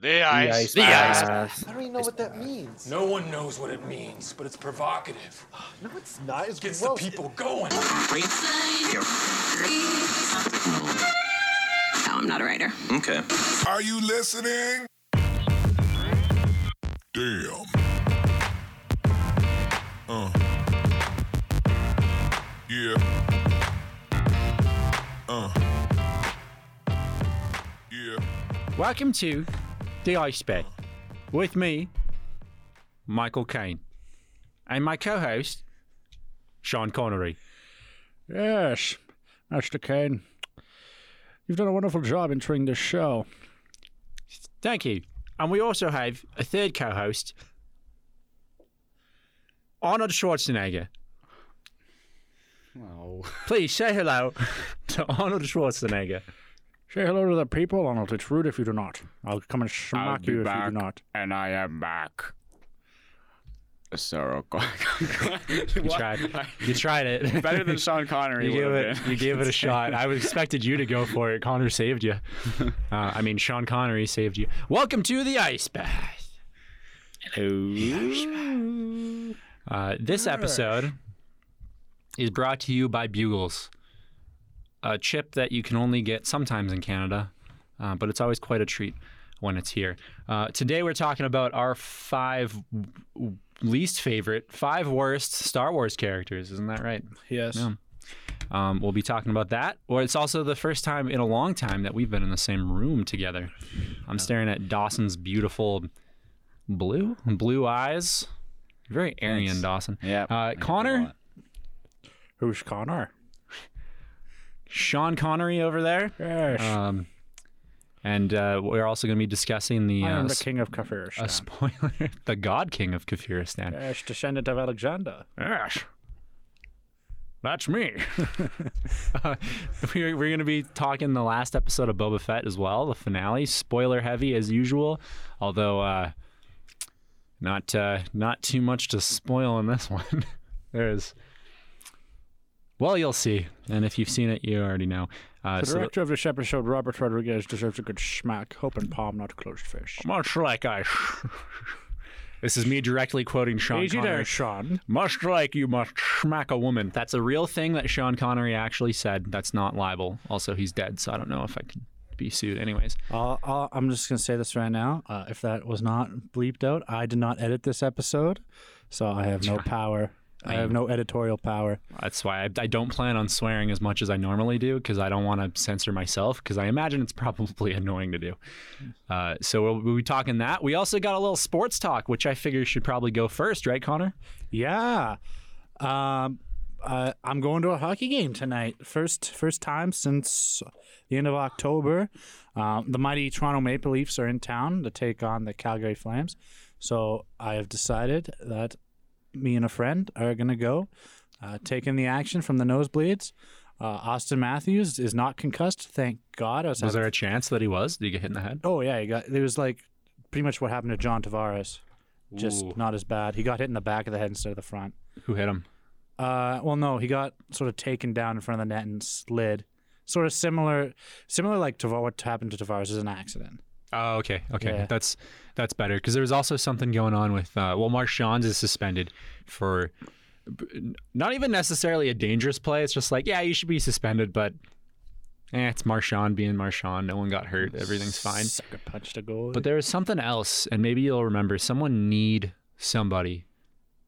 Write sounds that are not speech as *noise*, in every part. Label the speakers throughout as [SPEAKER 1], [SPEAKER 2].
[SPEAKER 1] The ice.
[SPEAKER 2] The ice.
[SPEAKER 3] Pass.
[SPEAKER 4] I don't even know what that means.
[SPEAKER 5] No one knows what it means, but it's provocative.
[SPEAKER 4] no it's not. It's
[SPEAKER 5] Gets
[SPEAKER 4] gross.
[SPEAKER 5] the people going.
[SPEAKER 6] Oh. No, I'm not a writer.
[SPEAKER 7] Okay.
[SPEAKER 8] Are you listening? Damn. Uh. Yeah. Uh. Yeah.
[SPEAKER 3] Welcome to the Ice Bed with me, Michael Caine, and my co-host Sean Connery.
[SPEAKER 9] Yes, Master Kane. You've done a wonderful job entering this show.
[SPEAKER 3] Thank you. And we also have a third co-host, Arnold Schwarzenegger.
[SPEAKER 9] Oh.
[SPEAKER 3] Please say hello to Arnold Schwarzenegger.
[SPEAKER 9] Say hello to the people, Arnold. It's rude if you do not. I'll come and smack you if you do not.
[SPEAKER 2] and I am back. Sorrow.
[SPEAKER 3] You tried. *laughs* You tried it.
[SPEAKER 2] Better than Sean Connery.
[SPEAKER 3] *laughs* You gave
[SPEAKER 2] would've
[SPEAKER 3] it.
[SPEAKER 2] been.
[SPEAKER 3] You gave
[SPEAKER 2] *laughs*
[SPEAKER 3] it a shot. I was expected you to go for it. Connor saved you. Uh, I mean, Sean Connery saved you. Welcome to the ice bath. Uh, this episode is brought to you by Bugles, a chip that you can only get sometimes in Canada, uh, but it's always quite a treat when it's here. Uh, today we're talking about our five w- w- least favorite, five worst Star Wars characters. Isn't that right?
[SPEAKER 9] Yes.
[SPEAKER 3] Yeah. Um, we'll be talking about that. Or it's also the first time in a long time that we've been in the same room together. I'm staring at Dawson's beautiful blue blue eyes. Very Aryan
[SPEAKER 2] Thanks.
[SPEAKER 3] Dawson.
[SPEAKER 2] Yeah.
[SPEAKER 3] Uh, Connor,
[SPEAKER 9] Who's Connor?
[SPEAKER 3] Sean Connery over there.
[SPEAKER 9] Yes.
[SPEAKER 3] Um, and uh, we're also going to be discussing the,
[SPEAKER 9] I
[SPEAKER 3] uh,
[SPEAKER 9] am the
[SPEAKER 3] s-
[SPEAKER 9] king of Kafiristan.
[SPEAKER 3] a spoiler, *laughs* the God King of Kafiristan.
[SPEAKER 9] yes, descendant of Alexander.
[SPEAKER 3] Yes. That's me. *laughs* uh, we're we're going to be talking the last episode of Boba Fett as well, the finale. Spoiler heavy as usual, although uh, not uh, not too much to spoil in this *laughs* one. There's. Well, you'll see. And if you've seen it, you already know. Uh,
[SPEAKER 9] The
[SPEAKER 3] so
[SPEAKER 9] director of this episode, Robert Rodriguez, deserves a good smack. Hope and palm, not closed fist.
[SPEAKER 3] much like I. this is me directly quoting Sean
[SPEAKER 9] Easy
[SPEAKER 3] Connery.
[SPEAKER 9] there, Sean.
[SPEAKER 3] Much like you must smack a woman. That's a real thing that Sean Connery actually said. That's not libel. Also, he's dead, so I don't know if I could be sued. Anyways,
[SPEAKER 9] Uh, uh, I'm just going to say this right now. Uh, if that was not bleeped out, I did not edit this episode, so I have *laughs* no power. I have no editorial power.
[SPEAKER 3] that's why I, I don't plan on swearing as much as I normally do because I don't want to censor myself because I imagine it's probably *laughs* annoying to do. Uh, so we'll, we'll be talking that. We also got a little sports talk, which I figure should probably go first, right, Connor?
[SPEAKER 9] Yeah. Um, uh, I'm going to a hockey game tonight. First, first time since the end of October. Um, the mighty Toronto Maple Leafs are in town to take on the Calgary Flames. So I have decided that me and a friend are going to go, uh, taking the action from the nosebleeds. Uh, Austin Matthews is not concussed, thank God. I was,
[SPEAKER 3] Was
[SPEAKER 9] having-
[SPEAKER 3] there a chance that he was? Did he get hit in the head?
[SPEAKER 9] Oh yeah, he got. It was like pretty much what happened to John Tavares. Just
[SPEAKER 3] Ooh.
[SPEAKER 9] not as bad. He got hit in the back of the head instead of the front.
[SPEAKER 3] Who hit him?
[SPEAKER 9] Uh, well, no, he got sort of taken down in front of the net and slid. Sort of similar, similar like to what happened to Tavares is an accident.
[SPEAKER 3] Oh, okay, okay,
[SPEAKER 9] Yeah.
[SPEAKER 3] that's that's better because there was also something going on with uh, well, Marchand's is suspended for b- not even necessarily a dangerous play. It's just like yeah, you should be suspended, but eh, it's Marchand being Marchand. No one got hurt. Everything's fine.
[SPEAKER 9] Sucker punched a goal.
[SPEAKER 3] But there was something else, and maybe you'll remember. Someone need somebody.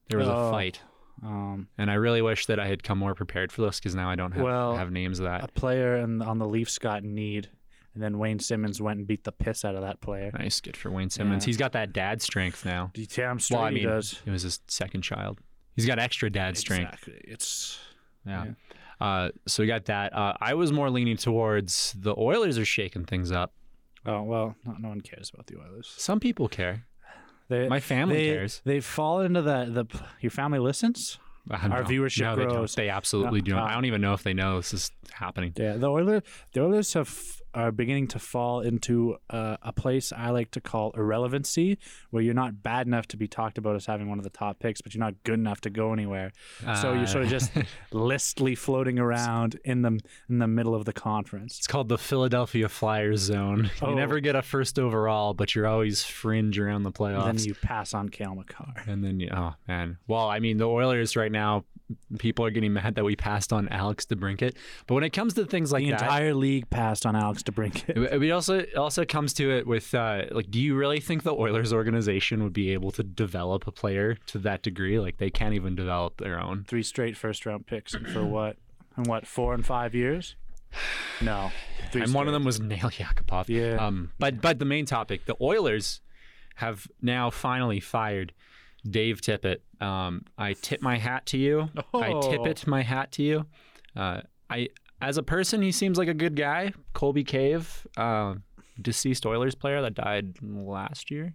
[SPEAKER 3] There was a
[SPEAKER 9] Oh.
[SPEAKER 3] fight,
[SPEAKER 9] um,
[SPEAKER 3] and I really wish that I had come more prepared for this because now I don't have,
[SPEAKER 9] Well, uh,
[SPEAKER 3] have names of
[SPEAKER 9] a
[SPEAKER 3] that.
[SPEAKER 9] player in, on the Leafs got need, and then Wayne Simmons went and beat the piss out of that player.
[SPEAKER 3] Nice, good for Wayne Simmons.
[SPEAKER 9] Yeah.
[SPEAKER 3] He's got that dad strength now.
[SPEAKER 9] Damn straight
[SPEAKER 3] Well, I
[SPEAKER 9] he
[SPEAKER 3] mean,
[SPEAKER 9] does.
[SPEAKER 3] it was his second child. He's got extra dad strength.
[SPEAKER 9] Exactly. It's
[SPEAKER 3] Yeah. Uh, so we got that. Uh, I was more leaning towards the Oilers are shaking things up.
[SPEAKER 9] oh well, no, no one cares about the Oilers.
[SPEAKER 3] Some people care.
[SPEAKER 9] They,
[SPEAKER 3] My family
[SPEAKER 9] they,
[SPEAKER 3] cares.
[SPEAKER 9] They fall into the the your family listens.
[SPEAKER 3] Uh,
[SPEAKER 9] Our viewership
[SPEAKER 3] no, they don't.
[SPEAKER 9] grows.
[SPEAKER 3] They absolutely
[SPEAKER 9] No,
[SPEAKER 3] do. not
[SPEAKER 9] uh,
[SPEAKER 3] I don't even know if they know this is happening.
[SPEAKER 9] Yeah, the Oilers. The Oilers have are beginning to fall into uh, a place I like to call irrelevancy, where you're not bad enough to be talked about as having one of the top picks, but you're not good enough to go anywhere. so
[SPEAKER 3] Ah. *laughs*
[SPEAKER 9] you're sort of just listly floating around in the in the middle of the conference.
[SPEAKER 3] It's called the Philadelphia Flyers zone. *laughs*
[SPEAKER 9] Oh.
[SPEAKER 3] You never get a first overall, but you're always fringe around the playoffs.
[SPEAKER 9] Then you pass on Kale McCarr.
[SPEAKER 3] And then, you- oh man. Well, I mean, the Oilers right now, people are getting mad that we passed on Alex DeBrinket. But when it comes to things like
[SPEAKER 9] The
[SPEAKER 3] that,
[SPEAKER 9] entire league passed on Alex DeBrincat.
[SPEAKER 3] it it also it also comes to it with uh, like, do you really think the Oilers organization would be able to develop a player to that degree? Like they can't even develop their own.
[SPEAKER 9] Three straight first round picks, and for what? And what? Four and five years? No. Three
[SPEAKER 3] and one of
[SPEAKER 9] straight.
[SPEAKER 3] them was Nail Yakupov.
[SPEAKER 9] Yeah.
[SPEAKER 3] Um, but but the main topic, the Oilers have now finally fired Dave Tippett. Um, I tip my hat to you. I
[SPEAKER 9] Oh.
[SPEAKER 3] tip it my hat to you. Uh, I as a person, he seems like a good guy. Colby Cave, uh, deceased Oilers player that died last year.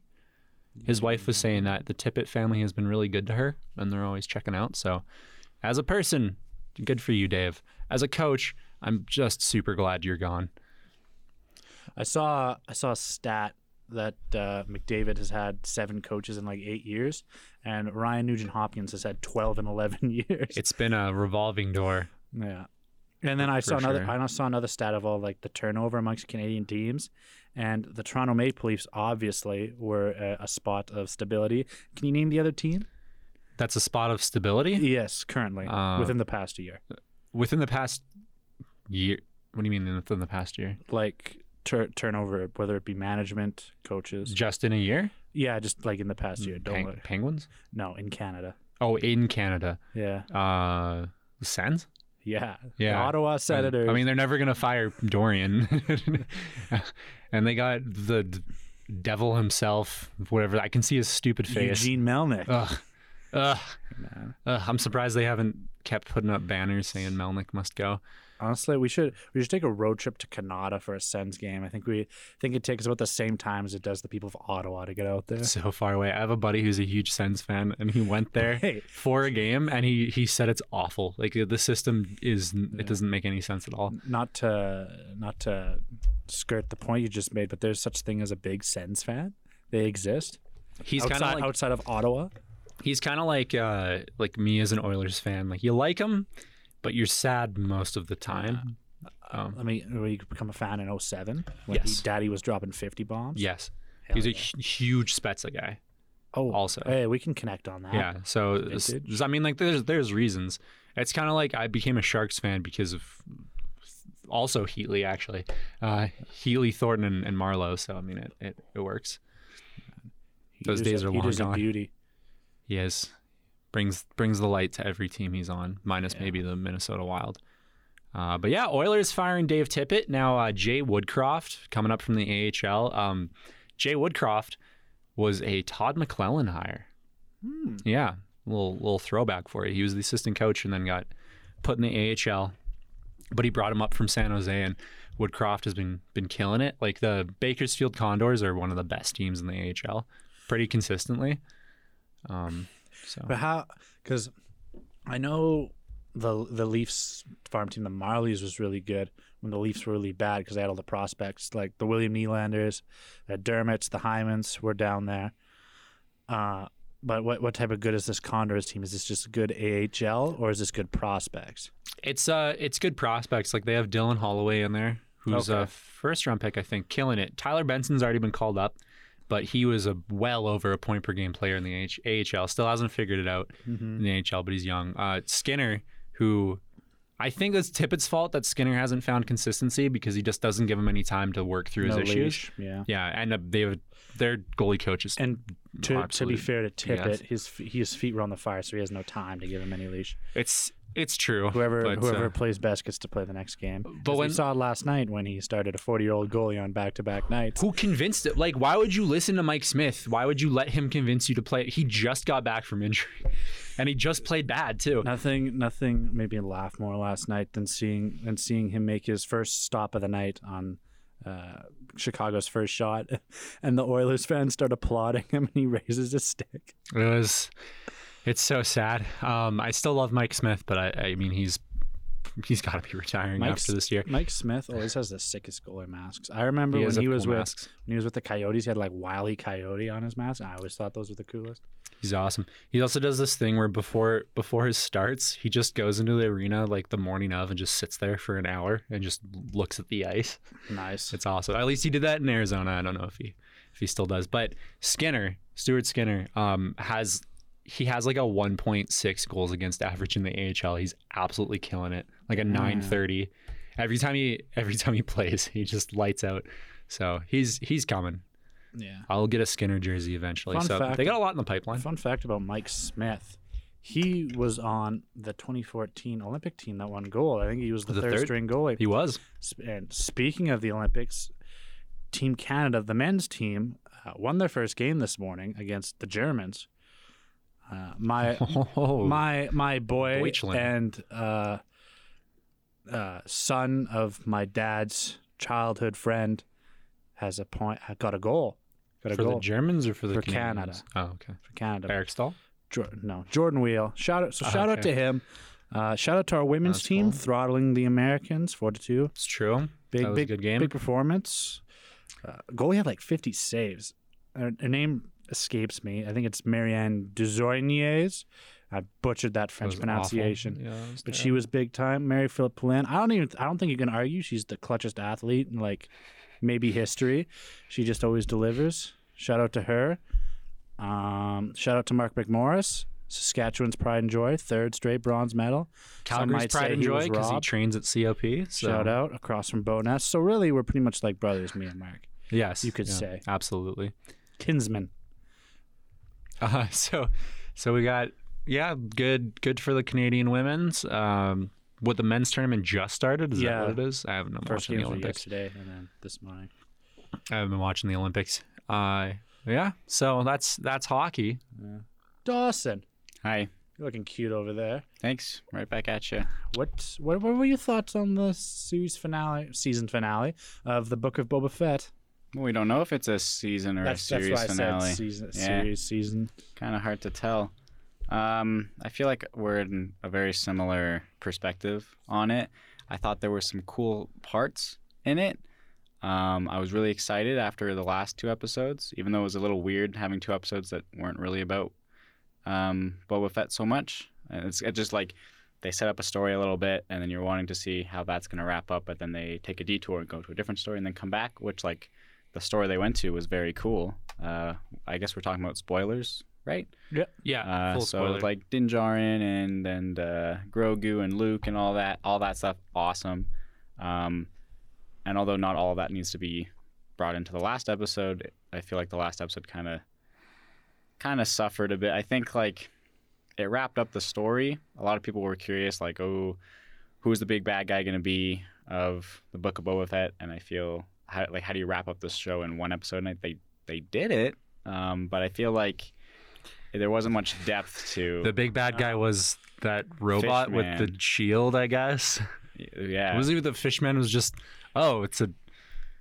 [SPEAKER 3] His wife was saying that the Tippett family has been really good to her, and they're always checking out. So, as a person, good for you, Dave. As a coach, I'm just super glad you're gone.
[SPEAKER 9] I saw I saw a stat that uh, McDavid has had seven coaches in like eight years, and Ryan Nugent Hopkins has had twelve and eleven *laughs* years.
[SPEAKER 3] It's been a revolving door.
[SPEAKER 9] yeah. And then I saw another.
[SPEAKER 3] sure.
[SPEAKER 9] I saw another stat of all like the turnover amongst Canadian teams, and the Toronto Maple Leafs obviously were a, a spot of stability. Can you name the other team?
[SPEAKER 3] That's a spot of stability
[SPEAKER 9] Yes, currently
[SPEAKER 3] Uh,
[SPEAKER 9] within the past year,
[SPEAKER 3] within the past year. What do you mean within the past year?
[SPEAKER 9] like tur turnover, whether it be management, coaches.
[SPEAKER 3] Just in a year?
[SPEAKER 9] yeah, just like in the past year. Don't
[SPEAKER 3] Peng-
[SPEAKER 9] look-
[SPEAKER 3] Penguins?
[SPEAKER 9] no in Canada.
[SPEAKER 3] Oh, in Canada.
[SPEAKER 9] Yeah,
[SPEAKER 3] Uh, Sens?
[SPEAKER 9] yeah, The
[SPEAKER 3] Yeah.
[SPEAKER 9] Ottawa Senators.
[SPEAKER 3] I mean, they're never gonna fire Dorian, *laughs* and they got the d- devil himself. Whatever. I can see his stupid face.
[SPEAKER 9] Eugene Melnick.
[SPEAKER 3] Ugh. Ugh. Ugh. I'm surprised they haven't kept putting up banners saying Melnick must go.
[SPEAKER 9] Honestly, we should we should take a road trip to Canada for a Sens game. I think we I think it takes about the same time as it does the people of Ottawa to get out
[SPEAKER 3] *laughs*
[SPEAKER 9] there.
[SPEAKER 3] so far away. I have a buddy who's a huge Sens fan, and he
[SPEAKER 9] *laughs*
[SPEAKER 3] went there
[SPEAKER 9] Hey.
[SPEAKER 3] for a game, and he he said it's awful. Like the system is, it doesn't make any sense at all.
[SPEAKER 9] Not to not to skirt the point you just made, but there's such thing as a big Sens fan. They exist
[SPEAKER 3] He's kind
[SPEAKER 9] outside
[SPEAKER 3] of like
[SPEAKER 9] outside of Ottawa.
[SPEAKER 3] he's kind of like uh like me as an Oilers fan. Like you like him, but you're sad most of the time.
[SPEAKER 9] I mean, we become a fan in 07 when
[SPEAKER 3] Um. Yes.
[SPEAKER 9] he- Daddy was dropping 50 bombs.
[SPEAKER 3] Yes, he's a hu- huge Spezza guy.
[SPEAKER 9] Oh,
[SPEAKER 3] also.
[SPEAKER 9] hey, we can connect on that.
[SPEAKER 3] Yeah. So s-
[SPEAKER 9] vintage.
[SPEAKER 3] I mean, like, there's there's reasons. It's kind of like I became a Sharks fan because of also Heatley actually, uh, Heatley, Thornton, and, and Marlowe. So I mean, it it, it works.
[SPEAKER 9] He
[SPEAKER 3] Those
[SPEAKER 9] is
[SPEAKER 3] days
[SPEAKER 9] a,
[SPEAKER 3] are
[SPEAKER 9] he
[SPEAKER 3] long
[SPEAKER 9] is a
[SPEAKER 3] gone.
[SPEAKER 9] beauty.
[SPEAKER 3] He is brings brings the light to every team he's on, minus maybe the Minnesota Wild. Uh, but yeah, Oilers firing Dave Tippett now. Uh, Jay Woodcroft coming up from the AHL. Um, Jay Woodcroft was a Todd McClellan hire. Yeah, little little throwback for you. He was the assistant coach and then got put in the AHL. But he brought him up from San Jose, and Woodcroft has been been killing it. Like the Bakersfield Condors are one of the best teams in the AHL, pretty consistently. Um, so
[SPEAKER 9] *laughs* But how? Because I know the the Leafs farm team, the Marlies, was really good when the Leafs were really bad because they had all the prospects like the William Nylanders, the Dermots, the Hymans were down there. Uh, but what what type of good is this Condors team? Is this just good AHL or is this good prospects?
[SPEAKER 3] It's uh, it's good prospects. Like they have Dylan Holloway in there, who's
[SPEAKER 9] Okay.
[SPEAKER 3] a first round pick, I think, killing it. Tyler Benson's already been called up, but he was a well over a point per game player in the H- AHL. Still hasn't figured it out
[SPEAKER 9] Mm-hmm.
[SPEAKER 3] in the AHL, but he's young. Uh, Skinner, who I think it's Tippett's fault that Skinner hasn't found consistency because he just doesn't give him any time to work through his
[SPEAKER 9] No
[SPEAKER 3] issues.
[SPEAKER 9] leash, yeah.
[SPEAKER 3] Yeah, and uh, they have their goalie coaches.
[SPEAKER 9] And to, to be
[SPEAKER 3] Absolute
[SPEAKER 9] fair to Tippett,
[SPEAKER 3] yes.
[SPEAKER 9] his his f- his feet were on the fire, so he has no time to give him any leash.
[SPEAKER 3] it's it's true.
[SPEAKER 9] Whoever
[SPEAKER 3] but,
[SPEAKER 9] whoever
[SPEAKER 3] uh,
[SPEAKER 9] plays best gets to play the next game. But
[SPEAKER 3] But
[SPEAKER 9] we
[SPEAKER 3] when-
[SPEAKER 9] saw last night when he started a forty year old goalie on back to back nights.
[SPEAKER 3] who convinced it? Like, why would you listen to Mike Smith? Why would you let him convince you to play? He just got back from injury, and he just played bad too.
[SPEAKER 9] Nothing nothing made me laugh more last night than seeing than seeing him make his first stop of the night on uh, Chicago's first shot, *laughs* and the Oilers fans start applauding him, and he raises his stick.
[SPEAKER 3] It was, it's so sad. Um, I still love Mike Smith, but I, I mean, he's he's got to be retiring
[SPEAKER 9] Mike
[SPEAKER 3] after
[SPEAKER 9] S-
[SPEAKER 3] this year.
[SPEAKER 9] Mike Smith always has the sickest goalie masks. I remember
[SPEAKER 3] He
[SPEAKER 9] when
[SPEAKER 3] has
[SPEAKER 9] he
[SPEAKER 3] cool
[SPEAKER 9] was with
[SPEAKER 3] masks.
[SPEAKER 9] when he was with the Coyotes, he had like Wiley Coyote on his mask, and I always thought those were the coolest.
[SPEAKER 3] He's awesome. He also does this thing where before before his starts, he just goes into the arena like the morning of and just sits there for an hour and just looks at the ice.
[SPEAKER 9] Nice.
[SPEAKER 3] It's awesome. At least he did that in Arizona. I don't know if he if he still does. But Skinner, Stuart Skinner, um, has he has like a 1.6 goals against average in the AHL. He's absolutely killing it. Like a
[SPEAKER 9] Mm.
[SPEAKER 3] 930. Every time he every time he *laughs* plays, he just lights out. So he's he's coming.
[SPEAKER 9] yeah.
[SPEAKER 3] I'll get a Skinner jersey eventually.
[SPEAKER 9] Fun
[SPEAKER 3] so
[SPEAKER 9] fact-
[SPEAKER 3] they got a lot in the pipeline.
[SPEAKER 9] Fun fact about Mike Smith. He was on the 2014 Olympic team that won gold. I think he was the,
[SPEAKER 3] The
[SPEAKER 9] third,
[SPEAKER 3] third?
[SPEAKER 9] string goalie.
[SPEAKER 3] He was.
[SPEAKER 9] Sp- And speaking of the Olympics, Team Canada, the men's team, uh, won their first game this morning against the Germans. Uh, my
[SPEAKER 3] *laughs* Oh,
[SPEAKER 9] my my boy
[SPEAKER 3] Deutschland.
[SPEAKER 9] and uh, uh, son of my dad's childhood friend has a point. Got a goal. Got a
[SPEAKER 3] for the
[SPEAKER 9] goal
[SPEAKER 3] Germans or for the
[SPEAKER 9] For
[SPEAKER 3] Canadians? Oh, okay.
[SPEAKER 9] for Canada.
[SPEAKER 3] Eric Stahl.
[SPEAKER 9] Jor- no, Jordan Wheel. Shout out. So
[SPEAKER 3] Oh,
[SPEAKER 9] shout out
[SPEAKER 3] okay.
[SPEAKER 9] to him. Uh, shout out to our women's
[SPEAKER 3] That's
[SPEAKER 9] team
[SPEAKER 3] cool.
[SPEAKER 9] throttling the Americans four to two.
[SPEAKER 3] It's true.
[SPEAKER 9] Big
[SPEAKER 3] that was
[SPEAKER 9] big
[SPEAKER 3] a good game.
[SPEAKER 9] Big performance. Uh, goalie had like 50 saves. Her, her name escapes me. I think it's Marianne Desorniers. I butchered
[SPEAKER 3] That
[SPEAKER 9] that
[SPEAKER 3] was
[SPEAKER 9] French
[SPEAKER 3] awful.
[SPEAKER 9] pronunciation.
[SPEAKER 3] Yeah, it was
[SPEAKER 9] But
[SPEAKER 3] terrible.
[SPEAKER 9] she was big time. Mary Philip Poulin. I don't even. I don't think you can argue she's the clutchest athlete in like maybe history. She just always delivers. Shout out to her. Um, shout out to Mark McMorris, Saskatchewan's pride and joy, third straight bronze medal. Some
[SPEAKER 3] Calgary's
[SPEAKER 9] might
[SPEAKER 3] pride
[SPEAKER 9] say
[SPEAKER 3] and
[SPEAKER 9] he
[SPEAKER 3] joy
[SPEAKER 9] was
[SPEAKER 3] because he
[SPEAKER 9] robbed.
[SPEAKER 3] trains at COP. So.
[SPEAKER 9] Shout out across from Bo Ness. So really, we're pretty much like brothers, me and Mark,
[SPEAKER 3] Yes,
[SPEAKER 9] you could
[SPEAKER 3] yeah,
[SPEAKER 9] say.
[SPEAKER 3] absolutely. *laughs*
[SPEAKER 9] kinsmen.
[SPEAKER 3] Uh, so, so we got yeah, good, good for the Canadian women's. Um, what the men's tournament just started? Is
[SPEAKER 9] Yeah.
[SPEAKER 3] that what it is? I haven't been
[SPEAKER 9] First
[SPEAKER 3] watching
[SPEAKER 9] game
[SPEAKER 3] the
[SPEAKER 9] was
[SPEAKER 3] Olympics.
[SPEAKER 9] yesterday, and then this morning.
[SPEAKER 3] I haven't been watching the Olympics. Uh, yeah. So that's that's hockey.
[SPEAKER 9] Dawson,
[SPEAKER 2] Hi.
[SPEAKER 9] you're looking cute over there.
[SPEAKER 2] Thanks. Right back at you.
[SPEAKER 9] What, what what were your thoughts on the series finale, season finale of the Book of Boba Fett?
[SPEAKER 2] Well, we don't know if it's a season or a
[SPEAKER 9] That's that's
[SPEAKER 2] series
[SPEAKER 9] why I
[SPEAKER 2] finale.
[SPEAKER 9] said season,
[SPEAKER 2] Yeah.
[SPEAKER 9] series season.
[SPEAKER 2] Kind of hard to tell. Um, I feel like we're in a very similar perspective on it. I thought there were some cool parts in it. Um, I was really excited after the last two episodes, even though it was a little weird having two episodes that weren't really about um, Boba Fett so much. And it's, it's just like they set up a story a little bit, and then you're wanting to see how that's going to wrap up, but then they take a detour and go to a different story and then come back, which, like, the story they went to was very cool. Uh, I guess we're talking about spoilers, right?
[SPEAKER 3] Yeah,
[SPEAKER 2] Uh,
[SPEAKER 3] full
[SPEAKER 2] so
[SPEAKER 3] spoiler.
[SPEAKER 2] like Din Djarin and and uh, Grogu and Luke and all that, all that stuff, awesome. Um, and although not all of that needs to be brought into the last episode, I feel like the last episode kind of kind of suffered a bit. I think like it wrapped up the story. A lot of people were curious, like, oh, who's the big bad guy going to be of the Book of Boba Fett? And I feel how, like how do you wrap up this show in one episode? And I, they they did it, um, but I feel like there wasn't much depth to
[SPEAKER 3] the big bad guy was that robot with the
[SPEAKER 2] Uh, Fishman.
[SPEAKER 3] shield, I guess. *laughs*
[SPEAKER 2] yeah.
[SPEAKER 3] Was he with the fishman? Was just oh, it's a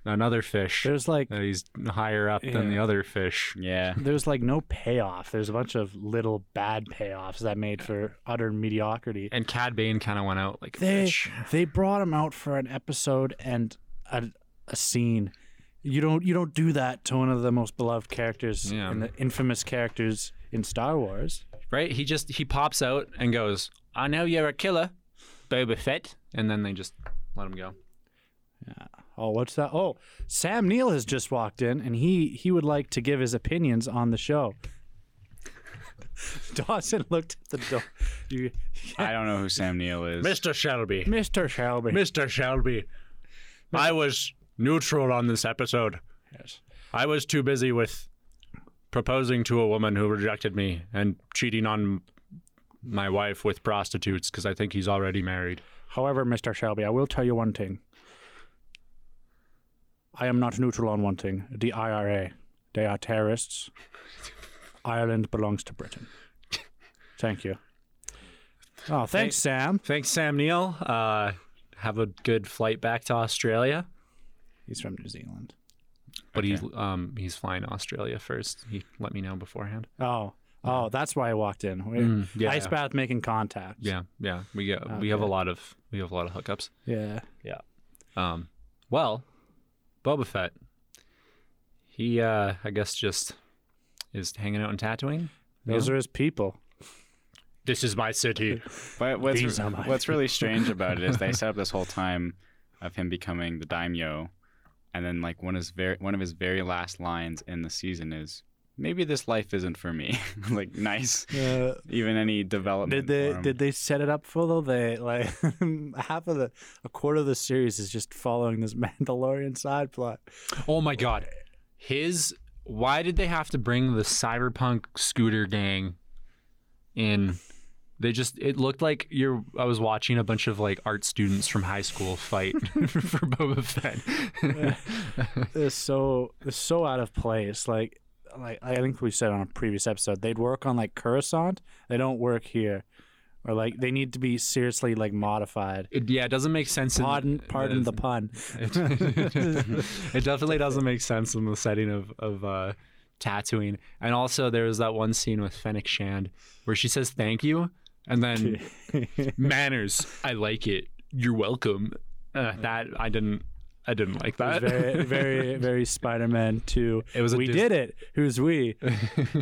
[SPEAKER 3] another fish.
[SPEAKER 9] There's like
[SPEAKER 3] that he's higher up than the
[SPEAKER 9] Yeah.
[SPEAKER 3] other fish.
[SPEAKER 2] yeah.
[SPEAKER 9] there's like no payoff. There's a bunch of little bad payoffs that made for utter mediocrity.
[SPEAKER 3] And Cad Bane kind of went out like a
[SPEAKER 9] They
[SPEAKER 3] bitch.
[SPEAKER 9] they brought him out for an episode and a, a scene. You don't you don't do that to one of the most beloved characters
[SPEAKER 3] Yeah.
[SPEAKER 9] and the infamous characters in Star Wars.
[SPEAKER 3] right? He just he pops out and goes, "I know you're a killer, Boba Fett," and then they just let him go.
[SPEAKER 9] Oh, what's that? Oh, Sam Neill has just walked in, and he he would like to give his opinions on the show. *laughs* Dawson looked at the door. You,
[SPEAKER 2] I don't know who Sam Neill is.
[SPEAKER 3] Mister Shelby,
[SPEAKER 9] Mr. Shelby.
[SPEAKER 3] Mister Shelby, I was neutral on this episode.
[SPEAKER 9] Yes.
[SPEAKER 3] I was too busy with proposing to a woman who rejected me and cheating on my wife with prostitutes because I think he's already married.
[SPEAKER 9] However, Mr. Shelby, I will tell you one thing. I am not neutral on one thing. The IRA. They are terrorists. Ireland belongs to Britain. Thank you. Oh, thanks, Sam.
[SPEAKER 3] Thanks, Sam Neill. Uh, have a good flight back to Australia.
[SPEAKER 9] He's from New Zealand.
[SPEAKER 3] But he's um he's flying to Australia first. He let me know beforehand.
[SPEAKER 9] Oh, Oh, that's why I walked in. We're-
[SPEAKER 3] Mm, yeah,
[SPEAKER 9] Ice
[SPEAKER 3] yeah.
[SPEAKER 9] bath making contact.
[SPEAKER 3] Yeah, yeah. We get, we have a lot of we have a lot of hookups.
[SPEAKER 9] Yeah.
[SPEAKER 3] Yeah. Um, well, Boba Fett. He, uh, I guess, just is hanging out and tattooing.
[SPEAKER 9] Those are his people.
[SPEAKER 3] This is my city.
[SPEAKER 2] But what's
[SPEAKER 9] These are my-
[SPEAKER 2] what's really strange about it is
[SPEAKER 9] *laughs*
[SPEAKER 2] they set up this whole time of him becoming the daimyo, and then like one is very one of his very last lines in the season is maybe this life isn't for me. *laughs* like nice,
[SPEAKER 9] Uh,
[SPEAKER 2] even any development.
[SPEAKER 9] did they
[SPEAKER 2] for him.
[SPEAKER 9] did they set it up for though? They like *laughs* half of the a quarter of the series is just following this *laughs* Mandalorian side plot.
[SPEAKER 3] Oh my god. His why did they have to bring the cyberpunk scooter gang in? They just it looked like you're I was watching a bunch of like art students from high school fight *laughs* for Boba Fett. *laughs*
[SPEAKER 9] It's so it's so out of place. Like like I think we said on a previous episode, they'd work on like Coruscant. They don't work here, or like they need to be seriously like modified.
[SPEAKER 3] It- yeah, it doesn't make sense. in-
[SPEAKER 9] Pardon, pardon the pun.
[SPEAKER 3] It, *laughs* it definitely doesn't make sense in the setting of of uh, tattooing. And also, there was that one scene with Fennec Shand where she says thank you, and then *laughs* manners. I like it. You're welcome. Uh, that I didn't. I didn't like that. *laughs*
[SPEAKER 9] very, very, very Spider-Man Two.
[SPEAKER 3] It was a
[SPEAKER 9] we
[SPEAKER 3] Dis-
[SPEAKER 9] did it. Who's
[SPEAKER 3] *laughs*
[SPEAKER 9] we?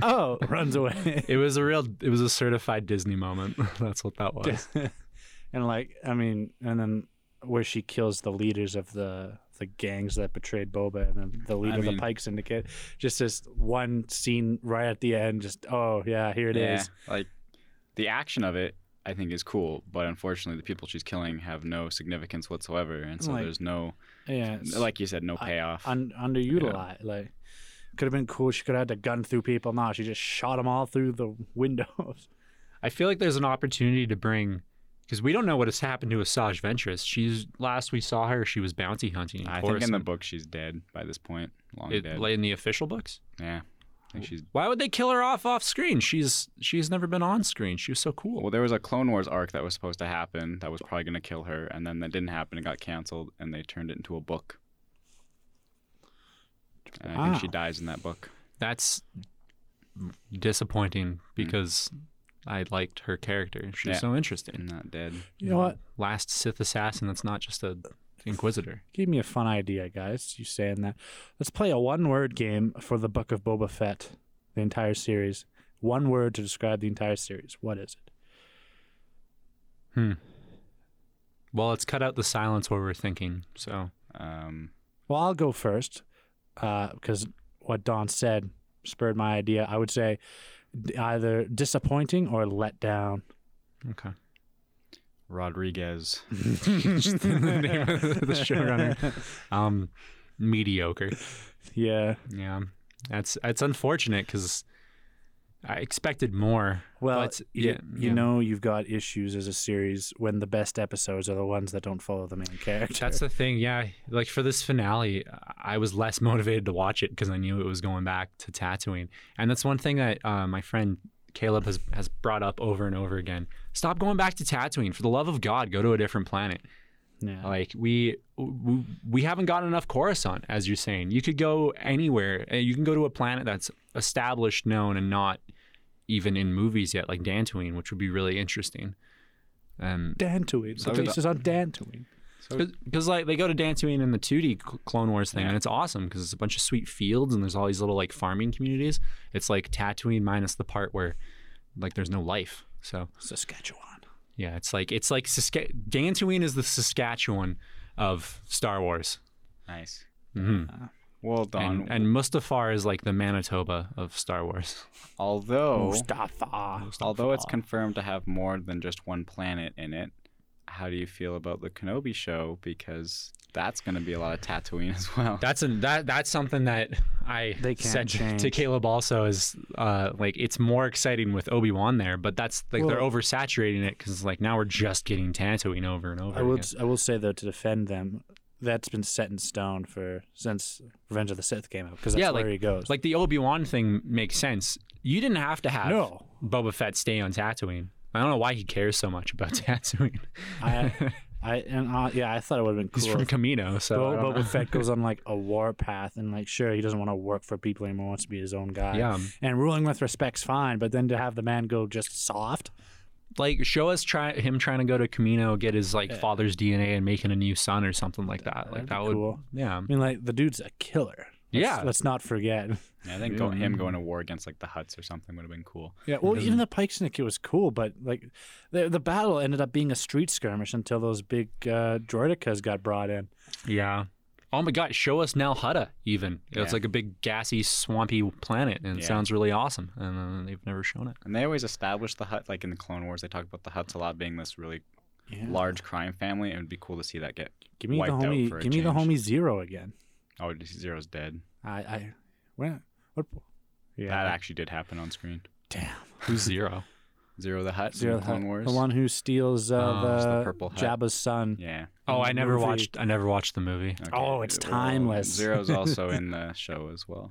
[SPEAKER 9] oh, runs away.
[SPEAKER 3] it was a real. It was a certified Disney moment. *laughs* That's what that was.
[SPEAKER 9] *laughs* and like, I mean, and then where she kills the leaders of the the gangs that betrayed Boba, and then the leader of
[SPEAKER 2] mean-
[SPEAKER 9] the Pike Syndicate. Just this one scene right at the end. Just oh yeah, here it is.
[SPEAKER 2] yeah, like the action of it. I think is cool, but unfortunately, the people she's killing have no significance whatsoever, and so
[SPEAKER 9] Like-
[SPEAKER 2] there's no,
[SPEAKER 9] Yeah, it's
[SPEAKER 2] like you said, no payoff.
[SPEAKER 9] un- underutilized. Like, could have been cool. She could have had to gun through people. No, she just shot them all through the *laughs* windows.
[SPEAKER 3] I feel like there's an opportunity to bring. Because we don't know what has happened to Asajj Ventress. She's last we saw her, she was bounty hunting. in
[SPEAKER 2] I think in the
[SPEAKER 3] Coruscant.
[SPEAKER 2] book she's dead by this point, long
[SPEAKER 3] it,
[SPEAKER 2] dead.
[SPEAKER 3] like in the official books.
[SPEAKER 2] yeah, I think she's
[SPEAKER 3] Why would they kill her off off screen? She's she's never been on screen. She was so cool.
[SPEAKER 2] Well, there was a Clone Wars arc that was supposed to happen that was probably going to kill her, and then that didn't happen. It got canceled, and they turned it into a book. And I think she
[SPEAKER 3] Ah.
[SPEAKER 9] Wow.
[SPEAKER 2] dies in that book.
[SPEAKER 3] That's disappointing because I liked her character. She's
[SPEAKER 2] Yeah.
[SPEAKER 3] so interesting.
[SPEAKER 2] Not dead.
[SPEAKER 9] You know what?
[SPEAKER 3] Last Sith assassin that's not just a inquisitor.
[SPEAKER 9] Give me a fun idea, guys. You saying that? Let's play a one-word game for the Book of Boba Fett, the entire series. One word to describe the entire series. What is it?
[SPEAKER 3] Well, it's cut out the silence where we're thinking. So
[SPEAKER 2] Um,
[SPEAKER 9] Well, I'll go first because what Don said spurred my idea. I would say d- either disappointing or let down. *laughs*
[SPEAKER 3] okay. *laughs*
[SPEAKER 2] Rodriguez. *laughs*
[SPEAKER 3] Just the name of the showrunner. Um, mediocre.
[SPEAKER 9] Yeah.
[SPEAKER 3] Yeah, that's it's unfortunate because I expected more.
[SPEAKER 9] Well,
[SPEAKER 3] but,
[SPEAKER 9] you,
[SPEAKER 3] yeah,
[SPEAKER 9] you
[SPEAKER 3] yeah.
[SPEAKER 9] know you've got issues as a series when the best episodes are the ones that don't follow the main character.
[SPEAKER 3] That's the thing, yeah. Like for this finale, I was less *laughs* motivated to watch it because I knew it was going back to tattooing, and that's one thing that uh, my friend Caleb has has brought up over and over again. Stop going back to tattooing. For the love of God, go to a different planet.
[SPEAKER 9] yeah.
[SPEAKER 3] Like we we, we haven't got enough Coruscant, as you're saying. You could go anywhere. Uh, You can go to a planet that's established, known, and not even in movies yet, like Dantooine, which would be really interesting. Um,
[SPEAKER 9] Dantooine. The
[SPEAKER 2] I would-
[SPEAKER 9] case is on Dantooine.
[SPEAKER 3] because like they go to Dantooine in the 2D cl- Clone Wars thing, and it's awesome because it's a bunch of sweet fields and there's all these little like farming communities. It's like Tatooine minus the part where like there's no life. So
[SPEAKER 9] Saskatchewan.
[SPEAKER 3] yeah, it's like it's like Saska- Dantooine is the Saskatchewan of Star Wars,
[SPEAKER 2] Nice.
[SPEAKER 3] Mhm.
[SPEAKER 2] Well done.
[SPEAKER 3] and and Mustafar is like the Manitoba of Star Wars. Oh.
[SPEAKER 2] although,
[SPEAKER 9] Mustafa.
[SPEAKER 2] although it's confirmed to have more than just one planet in it, how do you feel about the Kenobi show? Because that's going to be a lot of Tatooine as well.
[SPEAKER 3] That's an that that's something that I
[SPEAKER 9] They can't
[SPEAKER 3] said to- to
[SPEAKER 9] change.
[SPEAKER 3] Caleb also is uh, like it's more exciting with Obi Wan there, but that's like they're
[SPEAKER 9] Well-
[SPEAKER 3] oversaturating it because like now we're just getting Tatooine over and over.
[SPEAKER 9] I will.
[SPEAKER 3] again.
[SPEAKER 9] I will say though to defend them, that's been set in stone for since Revenge of the Sith came out because that's
[SPEAKER 3] yeah,
[SPEAKER 9] where
[SPEAKER 3] like
[SPEAKER 9] he goes.
[SPEAKER 3] like the Obi Wan thing makes sense. You didn't have to have
[SPEAKER 9] No.
[SPEAKER 3] *laughs* Boba Fett stay on Tatooine. I don't know why he cares so much about Tatooine.
[SPEAKER 9] I, I and uh, yeah, I thought it would have been cool.
[SPEAKER 3] He's from
[SPEAKER 9] if
[SPEAKER 3] Camino, so I
[SPEAKER 9] Bo-
[SPEAKER 3] don't know.
[SPEAKER 9] Boba Fett *laughs* goes on like a war path, and like, sure, he doesn't want to work for people anymore. Wants to be his own guy.
[SPEAKER 3] Yeah.
[SPEAKER 9] And ruling with respect's fine, but then to have the man go just soft.
[SPEAKER 3] like show us try him trying to go to Camino, get his like father's DNA and making a new son or something like that. Like
[SPEAKER 9] that'd
[SPEAKER 3] that
[SPEAKER 9] be
[SPEAKER 3] would
[SPEAKER 9] cool.
[SPEAKER 3] yeah.
[SPEAKER 9] I mean, like the dude's a killer. Let's-
[SPEAKER 3] Yeah.
[SPEAKER 9] Let's not forget.
[SPEAKER 2] Yeah, I think go, him going to war against like the Huts or something would have been cool.
[SPEAKER 9] *laughs* Yeah. Well, even the Pikesnik, it was cool, but like the the battle ended up being a street skirmish until those big uh, droidicas got brought in.
[SPEAKER 3] Yeah. Oh my god, show us Nal Hutta even. It's
[SPEAKER 2] Yeah.
[SPEAKER 3] like a big gassy swampy planet and it
[SPEAKER 2] Yeah.
[SPEAKER 3] sounds really awesome and uh, they've never shown it.
[SPEAKER 2] And they always establish the Hut, like in the Clone Wars, they talk about the Huts a lot being this really
[SPEAKER 9] Yeah.
[SPEAKER 2] large crime family. and It would be cool to see that get.
[SPEAKER 9] Give me
[SPEAKER 2] wiped out
[SPEAKER 9] the homie.
[SPEAKER 2] for a
[SPEAKER 9] Give me the
[SPEAKER 2] change.
[SPEAKER 9] homie zero again.
[SPEAKER 2] Oh, Zero's dead.
[SPEAKER 9] I I when what. Yeah.
[SPEAKER 2] That actually did happen on screen.
[SPEAKER 9] Damn.
[SPEAKER 2] *laughs*
[SPEAKER 3] Who's Zero?
[SPEAKER 2] Zero the Hut.
[SPEAKER 9] Zero
[SPEAKER 2] Zero the Clone Wars.
[SPEAKER 9] the one who steals uh,
[SPEAKER 3] Oh,
[SPEAKER 9] the,
[SPEAKER 2] it's the purple hat.
[SPEAKER 9] Jabba's son.
[SPEAKER 2] Yeah.
[SPEAKER 3] oh, I never
[SPEAKER 9] Movie.
[SPEAKER 3] watched I never watched the movie.
[SPEAKER 2] okay.
[SPEAKER 9] Oh, it's
[SPEAKER 2] Well,
[SPEAKER 9] timeless.
[SPEAKER 2] Zero's also in
[SPEAKER 9] *laughs*
[SPEAKER 2] the show as well.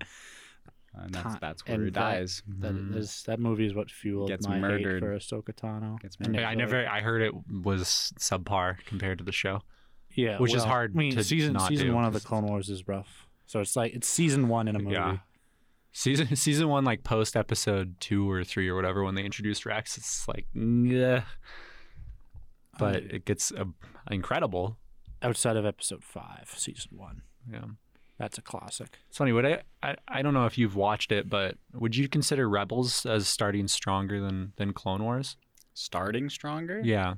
[SPEAKER 2] Uh, And that's,
[SPEAKER 9] Ti-
[SPEAKER 2] that's where
[SPEAKER 9] and
[SPEAKER 2] he
[SPEAKER 9] that-
[SPEAKER 2] dies. Mm-hmm.
[SPEAKER 9] That is that movie is what fueled
[SPEAKER 2] Mm. Gets
[SPEAKER 9] my hate
[SPEAKER 2] murdered.
[SPEAKER 9] for Ahsoka Tano.
[SPEAKER 2] Gets
[SPEAKER 9] And
[SPEAKER 2] murdered.
[SPEAKER 3] I
[SPEAKER 9] Nick
[SPEAKER 3] never I heard it was subpar compared to the show.
[SPEAKER 9] Fury. Yeah,
[SPEAKER 3] which is
[SPEAKER 9] well,
[SPEAKER 3] hard
[SPEAKER 9] I mean,
[SPEAKER 3] to
[SPEAKER 9] season
[SPEAKER 3] not
[SPEAKER 9] season
[SPEAKER 3] do,
[SPEAKER 9] one of the
[SPEAKER 3] 'cause-
[SPEAKER 9] Clone Wars is rough. So it's like it's season one in a movie.
[SPEAKER 3] Yeah. Season *laughs* season one, like post episode two or three or whatever, when they introduced Rex, it's like yeah, but it gets uh, incredible.
[SPEAKER 9] Outside of episode five, season one.
[SPEAKER 3] Yeah,
[SPEAKER 9] That's a classic.
[SPEAKER 3] Sonny, would I, I? I don't know if you've watched it, but would you consider Rebels as starting stronger than than Clone Wars?
[SPEAKER 2] Starting stronger?
[SPEAKER 3] Yeah,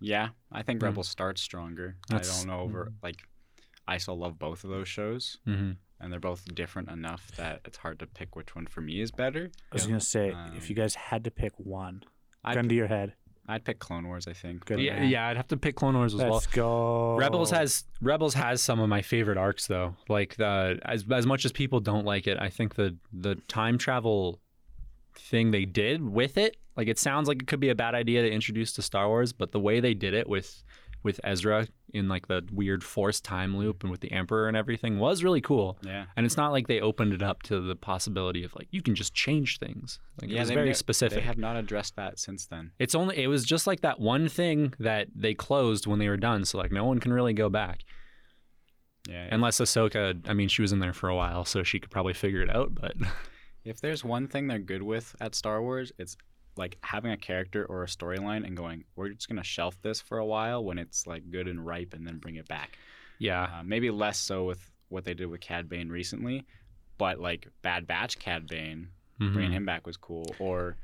[SPEAKER 2] Yeah, I think
[SPEAKER 9] Hmm.
[SPEAKER 3] Mm.
[SPEAKER 2] Rebel starts stronger. I
[SPEAKER 3] That's-
[SPEAKER 2] don't know over like I still love both of those shows,
[SPEAKER 3] hmm
[SPEAKER 2] and they're both different enough that it's hard to pick which one for me is better.
[SPEAKER 9] I was gonna say
[SPEAKER 2] Um,
[SPEAKER 9] if you guys had to pick one,
[SPEAKER 2] I'd,
[SPEAKER 9] gun to your head.
[SPEAKER 2] I'd pick Clone Wars. I think.
[SPEAKER 9] Good.
[SPEAKER 2] but-
[SPEAKER 3] yeah, yeah. I'd have to pick Clone Wars as well.
[SPEAKER 9] Let's go.
[SPEAKER 3] Rebels has Rebels has some of my favorite arcs though. Like the as as much as people don't like it, I think the the time travel thing they did with it, like it sounds like it could be a bad idea to introduce to Star Wars, but the way they did it with with Ezra in like the weird forced time loop and with the Emperor and everything was really cool.
[SPEAKER 2] Yeah.
[SPEAKER 3] And it's not like they opened it up to the possibility of like you can just change things. Like it was
[SPEAKER 2] they've
[SPEAKER 3] very
[SPEAKER 2] ne-
[SPEAKER 3] specific.
[SPEAKER 2] They have not addressed that since then.
[SPEAKER 3] It's only it was just like that one thing that they closed when they were done, so like no one can really go back.
[SPEAKER 2] Yeah.
[SPEAKER 3] Unless Ahsoka, I mean, she was in there for a while, so she could probably figure it out. But *laughs*
[SPEAKER 2] If there's one thing they're good with at Star Wars, it's like having a character or a storyline and going, we're just gonna shelf this for a while when it's like good and ripe, and then bring it back.
[SPEAKER 3] yeah,
[SPEAKER 2] Uh, maybe less so with what they did with Cad Bane recently, but like Bad Batch Cad Bane,
[SPEAKER 3] Mm-hmm.
[SPEAKER 2] bringing him back was cool. Or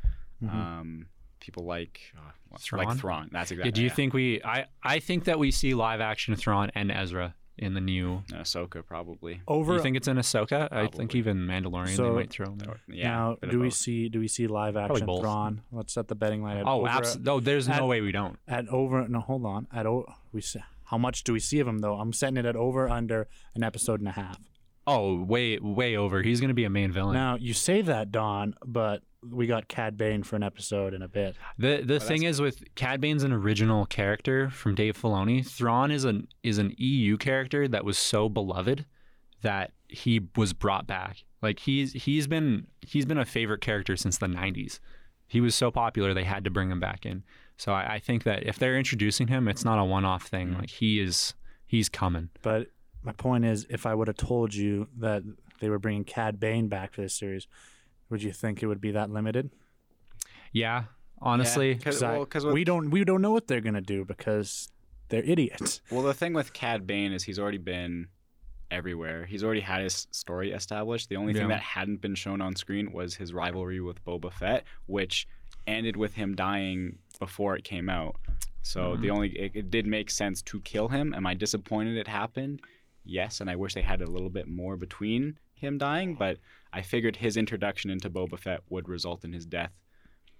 [SPEAKER 2] um, people like uh, what-
[SPEAKER 3] Thrawn?
[SPEAKER 2] like Thrawn. That's exactly.
[SPEAKER 3] Yeah, do you
[SPEAKER 2] yeah.
[SPEAKER 3] think we? I I think that we see live action Thrawn and Ezra in the new.
[SPEAKER 2] And Ahsoka probably?
[SPEAKER 3] Do
[SPEAKER 9] over.
[SPEAKER 3] you think it's in Ahsoka? I think
[SPEAKER 2] Probably.
[SPEAKER 3] even Mandalorian
[SPEAKER 9] So-
[SPEAKER 3] they might throw him there.
[SPEAKER 2] Yeah.
[SPEAKER 9] now,
[SPEAKER 2] bit of
[SPEAKER 9] do we
[SPEAKER 2] both.
[SPEAKER 9] see do we see live action
[SPEAKER 3] both.
[SPEAKER 9] Thrawn? Let's set the betting line. at
[SPEAKER 3] Oh,
[SPEAKER 9] over-
[SPEAKER 3] absolutely. No, there's
[SPEAKER 9] uh, at-
[SPEAKER 3] no way we don't.
[SPEAKER 9] at over no hold on at o- we s- how much do we see of him though i'm setting it at over under an episode and a half
[SPEAKER 3] Oh, way way over. He's gonna be a main villain.
[SPEAKER 9] now you say that don but we got cad bane for an episode in a bit
[SPEAKER 3] The the thing is with Cad Bane's an original character from Dave Filoni. Thrawn is an is an EU character that was so beloved that he was brought back. Like he's he's been he's been a favorite character since the '90s. He was so popular they had to bring him back in. So I, I think that if they're introducing him, it's not a one-off thing. Like he is he's coming.
[SPEAKER 9] but my point is if i would have told you that they were bringing cad bane back for this series would you think it would be that limited
[SPEAKER 3] Yeah, honestly,
[SPEAKER 2] because
[SPEAKER 9] 'Cause I- we don't we don't know what they're gonna do because they're idiots *laughs*
[SPEAKER 2] Well, the thing with Cad Bane is he's already been everywhere. He's already had his story established. The only
[SPEAKER 3] Yeah.
[SPEAKER 2] thing that hadn't been shown on screen was his rivalry with Boba Fett, which ended with him dying before it came out. So the only it, it did make sense to kill him. Am I disappointed it happened? Yes, and I wish they had a little bit more between him dying, but I figured his introduction into Boba Fett would result in his death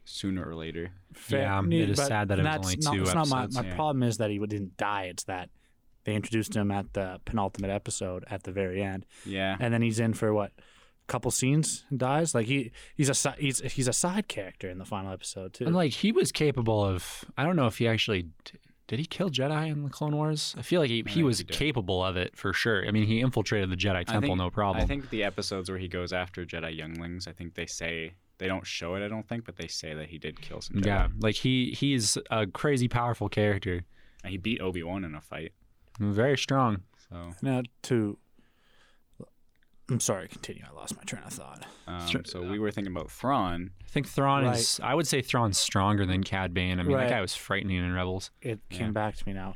[SPEAKER 2] sooner or later.
[SPEAKER 9] Fair-
[SPEAKER 3] Yeah,
[SPEAKER 9] nee,
[SPEAKER 3] it is
[SPEAKER 9] but
[SPEAKER 3] sad that it was
[SPEAKER 9] that's
[SPEAKER 3] only
[SPEAKER 9] not,
[SPEAKER 3] two
[SPEAKER 9] it's not my,
[SPEAKER 3] episodes,
[SPEAKER 9] my
[SPEAKER 2] yeah.
[SPEAKER 9] problem is that he didn't die. It's that they introduced him at the penultimate episode at the very end,
[SPEAKER 2] Yeah.
[SPEAKER 9] and then he's in for what, couple scenes and dies. Like he he's a si- he's he's a side character in the final episode too.
[SPEAKER 3] And like he was capable of I don't know if he actually did he kill Jedi in the Clone Wars? I feel like he, he
[SPEAKER 2] think
[SPEAKER 3] was
[SPEAKER 2] he did.
[SPEAKER 3] capable of it for sure. I mean, he infiltrated the Jedi
[SPEAKER 2] I
[SPEAKER 3] temple
[SPEAKER 2] think-
[SPEAKER 3] no problem.
[SPEAKER 2] I think the episodes where he goes after Jedi younglings, I think they say they don't show it. I don't think, but they say that he did kill some Jedi.
[SPEAKER 3] yeah, like he he's a crazy powerful character.
[SPEAKER 2] He beat Obi Wan in a fight.
[SPEAKER 3] Very strong.
[SPEAKER 2] So,
[SPEAKER 9] Now to. I'm sorry. Continue. I lost my train of thought.
[SPEAKER 2] um,
[SPEAKER 3] Sure.
[SPEAKER 2] so we were thinking about Thrawn.
[SPEAKER 3] I think Thrawn is. I would say Thrawn's stronger than Cad Bane. I mean,
[SPEAKER 9] Right.
[SPEAKER 3] that guy was frightening in Rebels.
[SPEAKER 9] It came back to me now.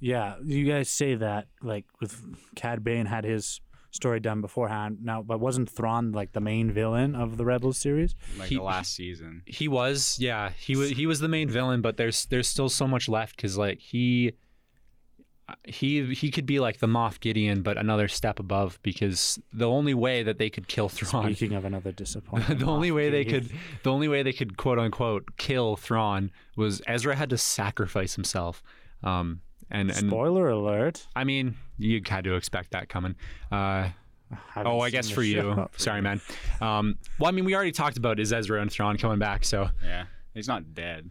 [SPEAKER 9] Yeah, you guys say that like with Cad Bane had his story done beforehand. Now, but wasn't Thrawn like the main villain of the Rebels series?
[SPEAKER 2] like
[SPEAKER 3] He-
[SPEAKER 2] the last season.
[SPEAKER 3] He was, yeah. He was he was the main villain, but there's there's still so much left because like he he he could be like the Moff Gideon, but another step above because the only way that they could kill Thrawn,
[SPEAKER 9] Speaking of another
[SPEAKER 3] *laughs*
[SPEAKER 9] disappointment,
[SPEAKER 3] the only
[SPEAKER 9] Moff
[SPEAKER 3] way they
[SPEAKER 9] Gideon.
[SPEAKER 3] could the only way they could quote unquote kill Thrawn was Ezra had to sacrifice himself. Um, and and
[SPEAKER 9] Spoiler alert.
[SPEAKER 3] I mean you had to expect that coming. Uh,
[SPEAKER 9] haven't
[SPEAKER 3] Oh, I
[SPEAKER 9] seen
[SPEAKER 3] guess
[SPEAKER 9] the
[SPEAKER 3] for you.
[SPEAKER 9] show.
[SPEAKER 3] Sorry, man. Um, well, I mean, we already talked about is Ezra and Thrawn coming back, so
[SPEAKER 2] Yeah, he's not dead.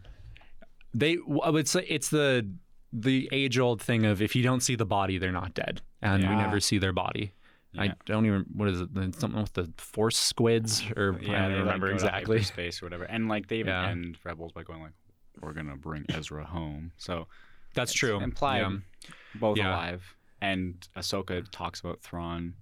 [SPEAKER 3] they I would say it's the the age old thing of if you don't see the body, they're not dead, and we
[SPEAKER 9] Yeah.
[SPEAKER 3] never see their body. I
[SPEAKER 2] Yeah.
[SPEAKER 3] don't even what is it? It's Something with the force squids, or I
[SPEAKER 2] they,
[SPEAKER 3] don't
[SPEAKER 2] like,
[SPEAKER 3] remember
[SPEAKER 2] go to
[SPEAKER 3] exactly.
[SPEAKER 2] hyperspace or whatever. And like they even
[SPEAKER 3] Yeah.
[SPEAKER 2] end Rebels by going like, "We're gonna bring Ezra home." So
[SPEAKER 3] That's true.
[SPEAKER 2] implied
[SPEAKER 3] Yeah.
[SPEAKER 2] both
[SPEAKER 3] Yeah.
[SPEAKER 2] alive. And Ahsoka talks about Thrawn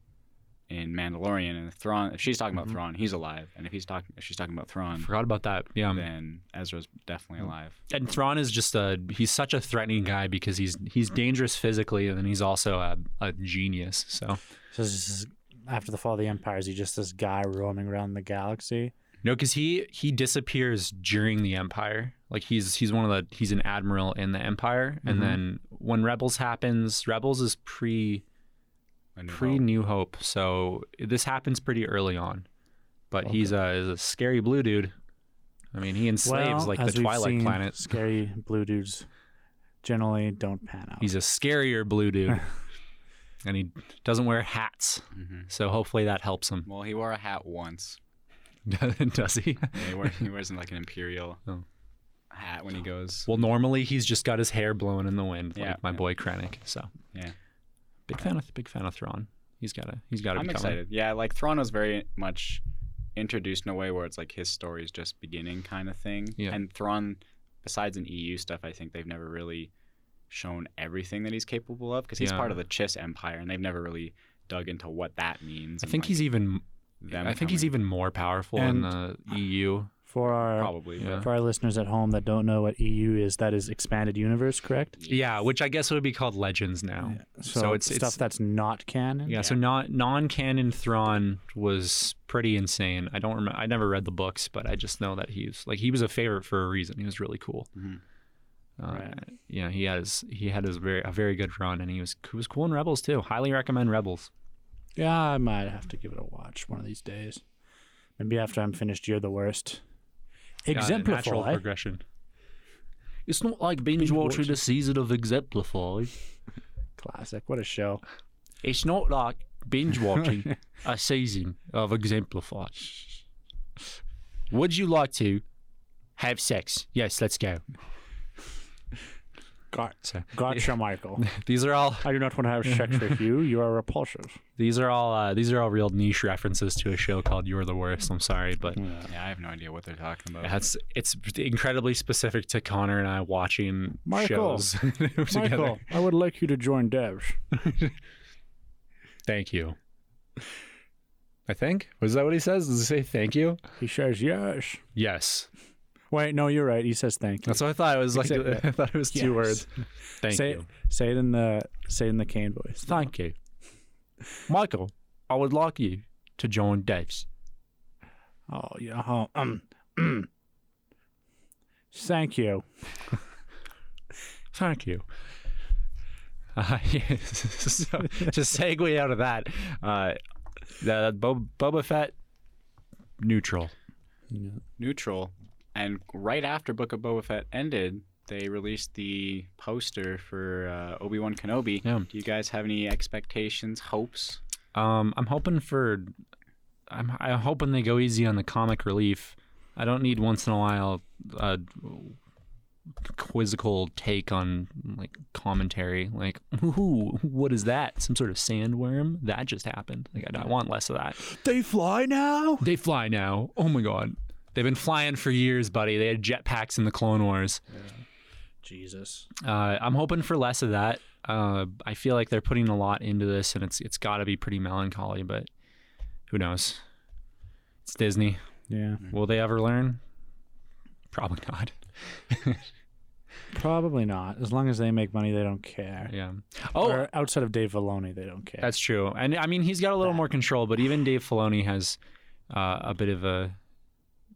[SPEAKER 2] in Mandalorian, and if Thrawn. If she's talking
[SPEAKER 3] Mm-hmm.
[SPEAKER 2] about Thrawn, he's alive. And if he's talking, if she's talking about Thrawn,
[SPEAKER 3] Forgot about that. Yeah.
[SPEAKER 2] then Ezra's
[SPEAKER 3] Mm.
[SPEAKER 2] definitely alive.
[SPEAKER 3] And Thrawn is just a he's such a threatening guy because he's he's dangerous physically and then he's also a, a genius. So
[SPEAKER 9] So this is- after the fall of the Empire, is he just this guy roaming around the galaxy?
[SPEAKER 3] No, because he he disappears during the Empire. Like he's he's one of the he's an admiral in the Empire, and
[SPEAKER 9] Mm-hmm.
[SPEAKER 3] then when Rebels happens, Rebels is pre
[SPEAKER 2] A new
[SPEAKER 3] pre
[SPEAKER 2] hope.
[SPEAKER 3] New Hope, so this happens pretty early on. But he's a is a scary blue dude. I mean, he enslaves
[SPEAKER 9] well,
[SPEAKER 3] like the
[SPEAKER 9] as we've
[SPEAKER 3] Twilight
[SPEAKER 9] seen,
[SPEAKER 3] Planet.
[SPEAKER 9] Scary blue dudes generally don't pan out.
[SPEAKER 3] He's a scarier blue
[SPEAKER 9] *laughs*
[SPEAKER 3] dude, and he doesn't wear hats. So hopefully that helps him.
[SPEAKER 2] Mm-hmm.
[SPEAKER 3] *laughs*
[SPEAKER 2] Well, he wore a hat once.
[SPEAKER 3] Does he?
[SPEAKER 2] Yeah, he, wears, he wears like an imperial
[SPEAKER 3] *laughs* Oh.
[SPEAKER 2] hat when he goes.
[SPEAKER 3] Well, normally he's just got his hair blown in the wind,
[SPEAKER 2] Yeah,
[SPEAKER 3] like my
[SPEAKER 2] yeah.
[SPEAKER 3] boy Krennic. So
[SPEAKER 2] Yeah.
[SPEAKER 3] big fan of big fan of Thrawn. He's got to he's got to.
[SPEAKER 2] I'm excited. Yeah, like Thrawn was very much introduced in a way where it's like his story is just beginning kind of thing.
[SPEAKER 3] Yeah.
[SPEAKER 2] And Thrawn, besides in EU stuff, I think they've never really shown everything that he's capable of because he's
[SPEAKER 3] Yeah.
[SPEAKER 2] part of the Chiss Empire, and they've never really dug into what that means.
[SPEAKER 3] I think he's even
[SPEAKER 2] Them
[SPEAKER 3] I think he's
[SPEAKER 2] coming.
[SPEAKER 3] even more powerful in the E EU.
[SPEAKER 9] for our
[SPEAKER 2] probably.
[SPEAKER 3] Yeah.
[SPEAKER 9] for our listeners at home that don't know what EU is, that is expanded universe, correct?
[SPEAKER 2] E
[SPEAKER 3] Yeah, which I guess would be called Legends now. So, it's
[SPEAKER 9] stuff
[SPEAKER 3] it's,
[SPEAKER 9] that's not canon.
[SPEAKER 3] yeah, So not non-canon Thrawn was pretty insane. I don't remember. I never read the books, but I just know that he's like he was a favorite for a reason. He was really cool. Uh, Yeah, he had his he had his very a very good run, and he was he was cool in Rebels too. Highly recommend Rebels.
[SPEAKER 9] Yeah, I might have to give it a watch one of these days. Maybe after I'm finished, you're the worst.
[SPEAKER 3] Yeah, natural
[SPEAKER 9] Exemplify.
[SPEAKER 3] progression. It's not like binge watching the season of Exemplify.
[SPEAKER 9] Classic. What
[SPEAKER 3] *laughs*
[SPEAKER 9] a show.
[SPEAKER 3] It's not like *laughs* binge watching a season of Exemplify. Would you like to have sex? Yes, let's go.
[SPEAKER 9] Got,
[SPEAKER 3] So- *laughs*
[SPEAKER 9] gotcha, Michael.
[SPEAKER 3] These are all
[SPEAKER 9] I do not want to have sex with you. You are repulsive.
[SPEAKER 3] these are all uh, these are all real niche references to a show called You're the Worst. I'm sorry, but
[SPEAKER 2] Yeah, I have no idea what they're talking about.
[SPEAKER 3] that's it's incredibly specific to Connor and I watching
[SPEAKER 9] Michael.
[SPEAKER 3] shows *laughs* together.
[SPEAKER 9] Michael, I would like you to join Devs.
[SPEAKER 3] Thank you. I think was that what he says? Does he say thank you?
[SPEAKER 9] He says yes.
[SPEAKER 3] Yes,
[SPEAKER 9] Wait, no, you're right. He says thank you.
[SPEAKER 3] that's what I thought. It was like *laughs*
[SPEAKER 9] Except-
[SPEAKER 3] I thought it was two
[SPEAKER 9] Yes.
[SPEAKER 3] words. Thank
[SPEAKER 9] say
[SPEAKER 3] you.
[SPEAKER 9] say it in the say it in the Kane voice.
[SPEAKER 3] Thank you, Michael. I would like you to join Dave's.
[SPEAKER 9] Oh, yeah. huh, Um. mm. Thank you.
[SPEAKER 3] Thank you. Uh, *laughs* yes. so, to segue out of that, uh, the Bob- Boba Fett neutral.
[SPEAKER 2] neutral. And right after Book of Boba Fett ended, they released the poster for uh, Obi Wan Kenobi.
[SPEAKER 3] Yeah.
[SPEAKER 2] Do you guys have any expectations, hopes?
[SPEAKER 3] Um, I'm hoping for. I'm, I'm hoping they go easy on the comic relief. I don't need once in a while a quizzical take on like commentary. Like, ooh, what is that? Some sort of sandworm that just happened. Like, I, I want less of that.
[SPEAKER 9] They fly now.
[SPEAKER 3] They fly now. Oh my god, they've been flying for years, buddy. They had jetpacks in the Clone Wars.
[SPEAKER 9] Jesus.
[SPEAKER 3] Uh, I'm hoping for less of that. Uh, I feel like they're putting a lot into this, and it's it's got to be pretty melancholy. But who knows? It's Disney.
[SPEAKER 9] Yeah.
[SPEAKER 3] Will they ever learn? Probably not.
[SPEAKER 9] Probably not. As long as they make money, they don't care.
[SPEAKER 3] Yeah. Oh,
[SPEAKER 9] Or outside of Dave Filoni, they don't care.
[SPEAKER 3] that's true. And I mean, he's got a little more control. But even Dave Filoni has uh, a bit of a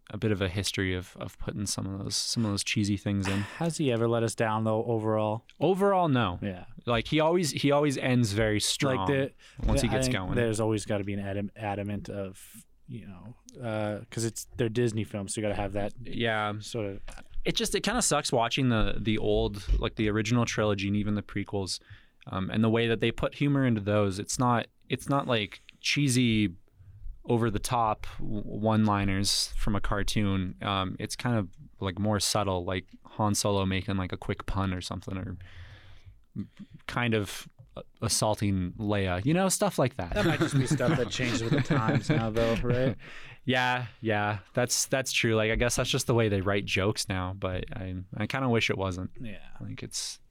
[SPEAKER 3] a bit of a history of of putting some of those some of those cheesy things in.
[SPEAKER 9] Has he ever let us down though? Overall,
[SPEAKER 3] Overall, no.
[SPEAKER 9] yeah.
[SPEAKER 3] Like he always he always ends very strong.
[SPEAKER 9] Like the
[SPEAKER 3] once he
[SPEAKER 9] I
[SPEAKER 3] gets
[SPEAKER 9] think
[SPEAKER 3] going.
[SPEAKER 9] there's always got to be an adam, adamant of you know because it's they're Disney films, so you got to have that
[SPEAKER 3] yeah.
[SPEAKER 9] sort of
[SPEAKER 3] it just it kind of sucks watching the the old like the original trilogy and even the prequels um, and the way that they put humor into those it's not it's not like cheesy over the top one liners from a cartoon um, it's kind of like more subtle like Han Solo making like a quick pun or something or kind of uh, assaulting Leia you know stuff like
[SPEAKER 9] *laughs*
[SPEAKER 3] that
[SPEAKER 9] that might just be stuff that changes with the times now *laughs* though, right?
[SPEAKER 3] Yeah, yeah, that's that's true. Like I guess that's just the way they write jokes now, but I I kind of wish it wasn't.
[SPEAKER 9] Yeah.
[SPEAKER 3] Like it's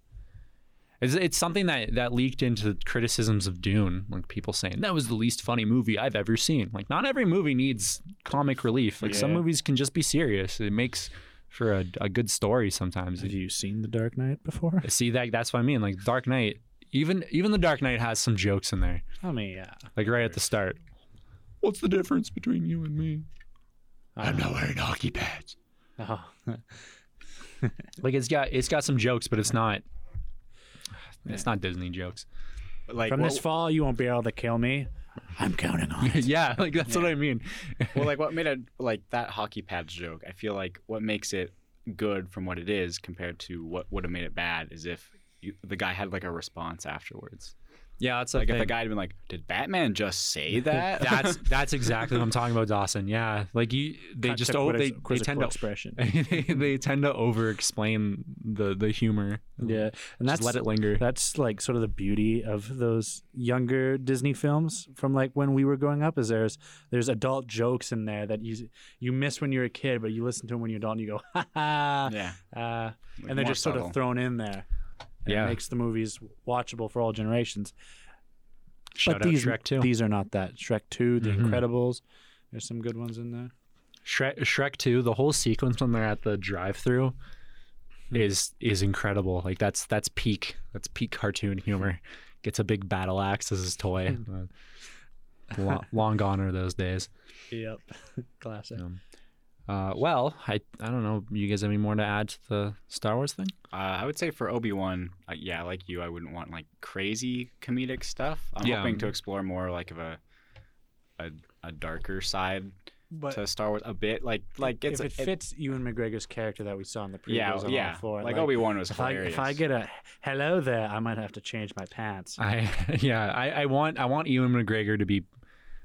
[SPEAKER 3] it's it's something that that leaked into criticisms of Dune, like people saying that was the least funny movie I've ever seen. Like not every movie needs comic relief. Like some
[SPEAKER 9] Yeah.
[SPEAKER 3] movies can just be serious. It makes for a, a good story sometimes.
[SPEAKER 9] Have you seen The Dark Knight before?
[SPEAKER 3] See that that's what I mean. Like Dark Knight, even even the Dark Knight has some jokes in there.
[SPEAKER 9] I mean, yeah.
[SPEAKER 3] Like right at the start. What's the difference between you and me? I'm not wearing hockey pads.
[SPEAKER 9] Oh.
[SPEAKER 3] Like it's got it's got some jokes, but it's not it's not Disney jokes.
[SPEAKER 2] Like
[SPEAKER 9] From
[SPEAKER 2] what,
[SPEAKER 9] this fall, you won't be able to kill me. I'm counting
[SPEAKER 3] *laughs*
[SPEAKER 9] on
[SPEAKER 3] *laughs*
[SPEAKER 9] it.
[SPEAKER 3] yeah, like that's what I mean.
[SPEAKER 2] well, like what made it like that hockey pads joke? I feel like what makes it good from what it is compared to what would have made it bad is if you, the guy had like a response afterwards.
[SPEAKER 3] Yeah, that's
[SPEAKER 2] Like if the guy had been like, "Did Batman just
[SPEAKER 9] *laughs*
[SPEAKER 2] say that?"
[SPEAKER 3] *laughs* that's that's exactly what I'm talking about, Dawson. Yeah, like you, they just oh, they, they tend to
[SPEAKER 9] expression.
[SPEAKER 3] *laughs* they, they tend to over explain the the humor.
[SPEAKER 9] Yeah, and that's
[SPEAKER 3] just let it linger.
[SPEAKER 9] That's like sort of the beauty of those younger Disney films from like when we were growing up. Is there's there's adult jokes in there that you you miss when you're a kid, but you listen to them when you're adult and you go *laughs* ha ha.
[SPEAKER 2] yeah.
[SPEAKER 9] Uh, and
[SPEAKER 2] more
[SPEAKER 9] they're just sort
[SPEAKER 2] subtle.
[SPEAKER 9] of thrown in there. And
[SPEAKER 3] Yeah.
[SPEAKER 9] it makes the movies watchable for all generations.
[SPEAKER 3] Shout
[SPEAKER 9] but
[SPEAKER 3] out
[SPEAKER 9] these
[SPEAKER 3] Shrek 2.
[SPEAKER 9] these are not that. Shrek Two, The
[SPEAKER 3] Mhm.
[SPEAKER 9] Incredibles. There's some good ones in there.
[SPEAKER 3] Shrek, Shrek 2, the whole sequence when they're at the drive-through is is incredible. Like that's that's peak that's peak cartoon humor. Gets a big battle axe as his toy. Uh, lo- *laughs* long, gone are those days.
[SPEAKER 9] Yep, *laughs* classic.
[SPEAKER 3] Uh, well, I I don't know. You guys have any more to add to the Star Wars thing?
[SPEAKER 2] Uh, I would say for Obi Wan, uh, yeah, like you, I wouldn't want like crazy comedic stuff. I'm
[SPEAKER 3] Yeah.
[SPEAKER 9] Mm-hmm.
[SPEAKER 2] hoping to explore more like of a a, a darker side
[SPEAKER 9] But
[SPEAKER 2] to Star Wars a bit, like like it's
[SPEAKER 9] if it
[SPEAKER 2] it-
[SPEAKER 9] fits Ewan McGregor's character that we saw in the prequels,
[SPEAKER 2] yeah
[SPEAKER 9] I'm all
[SPEAKER 2] yeah
[SPEAKER 9] for it.
[SPEAKER 2] like, Obi Wan was
[SPEAKER 9] If I,
[SPEAKER 2] hilarious.
[SPEAKER 9] if I get a hello there, I might have to change my pants.
[SPEAKER 3] *laughs* I yeah, I, I want I want Ewan McGregor to be.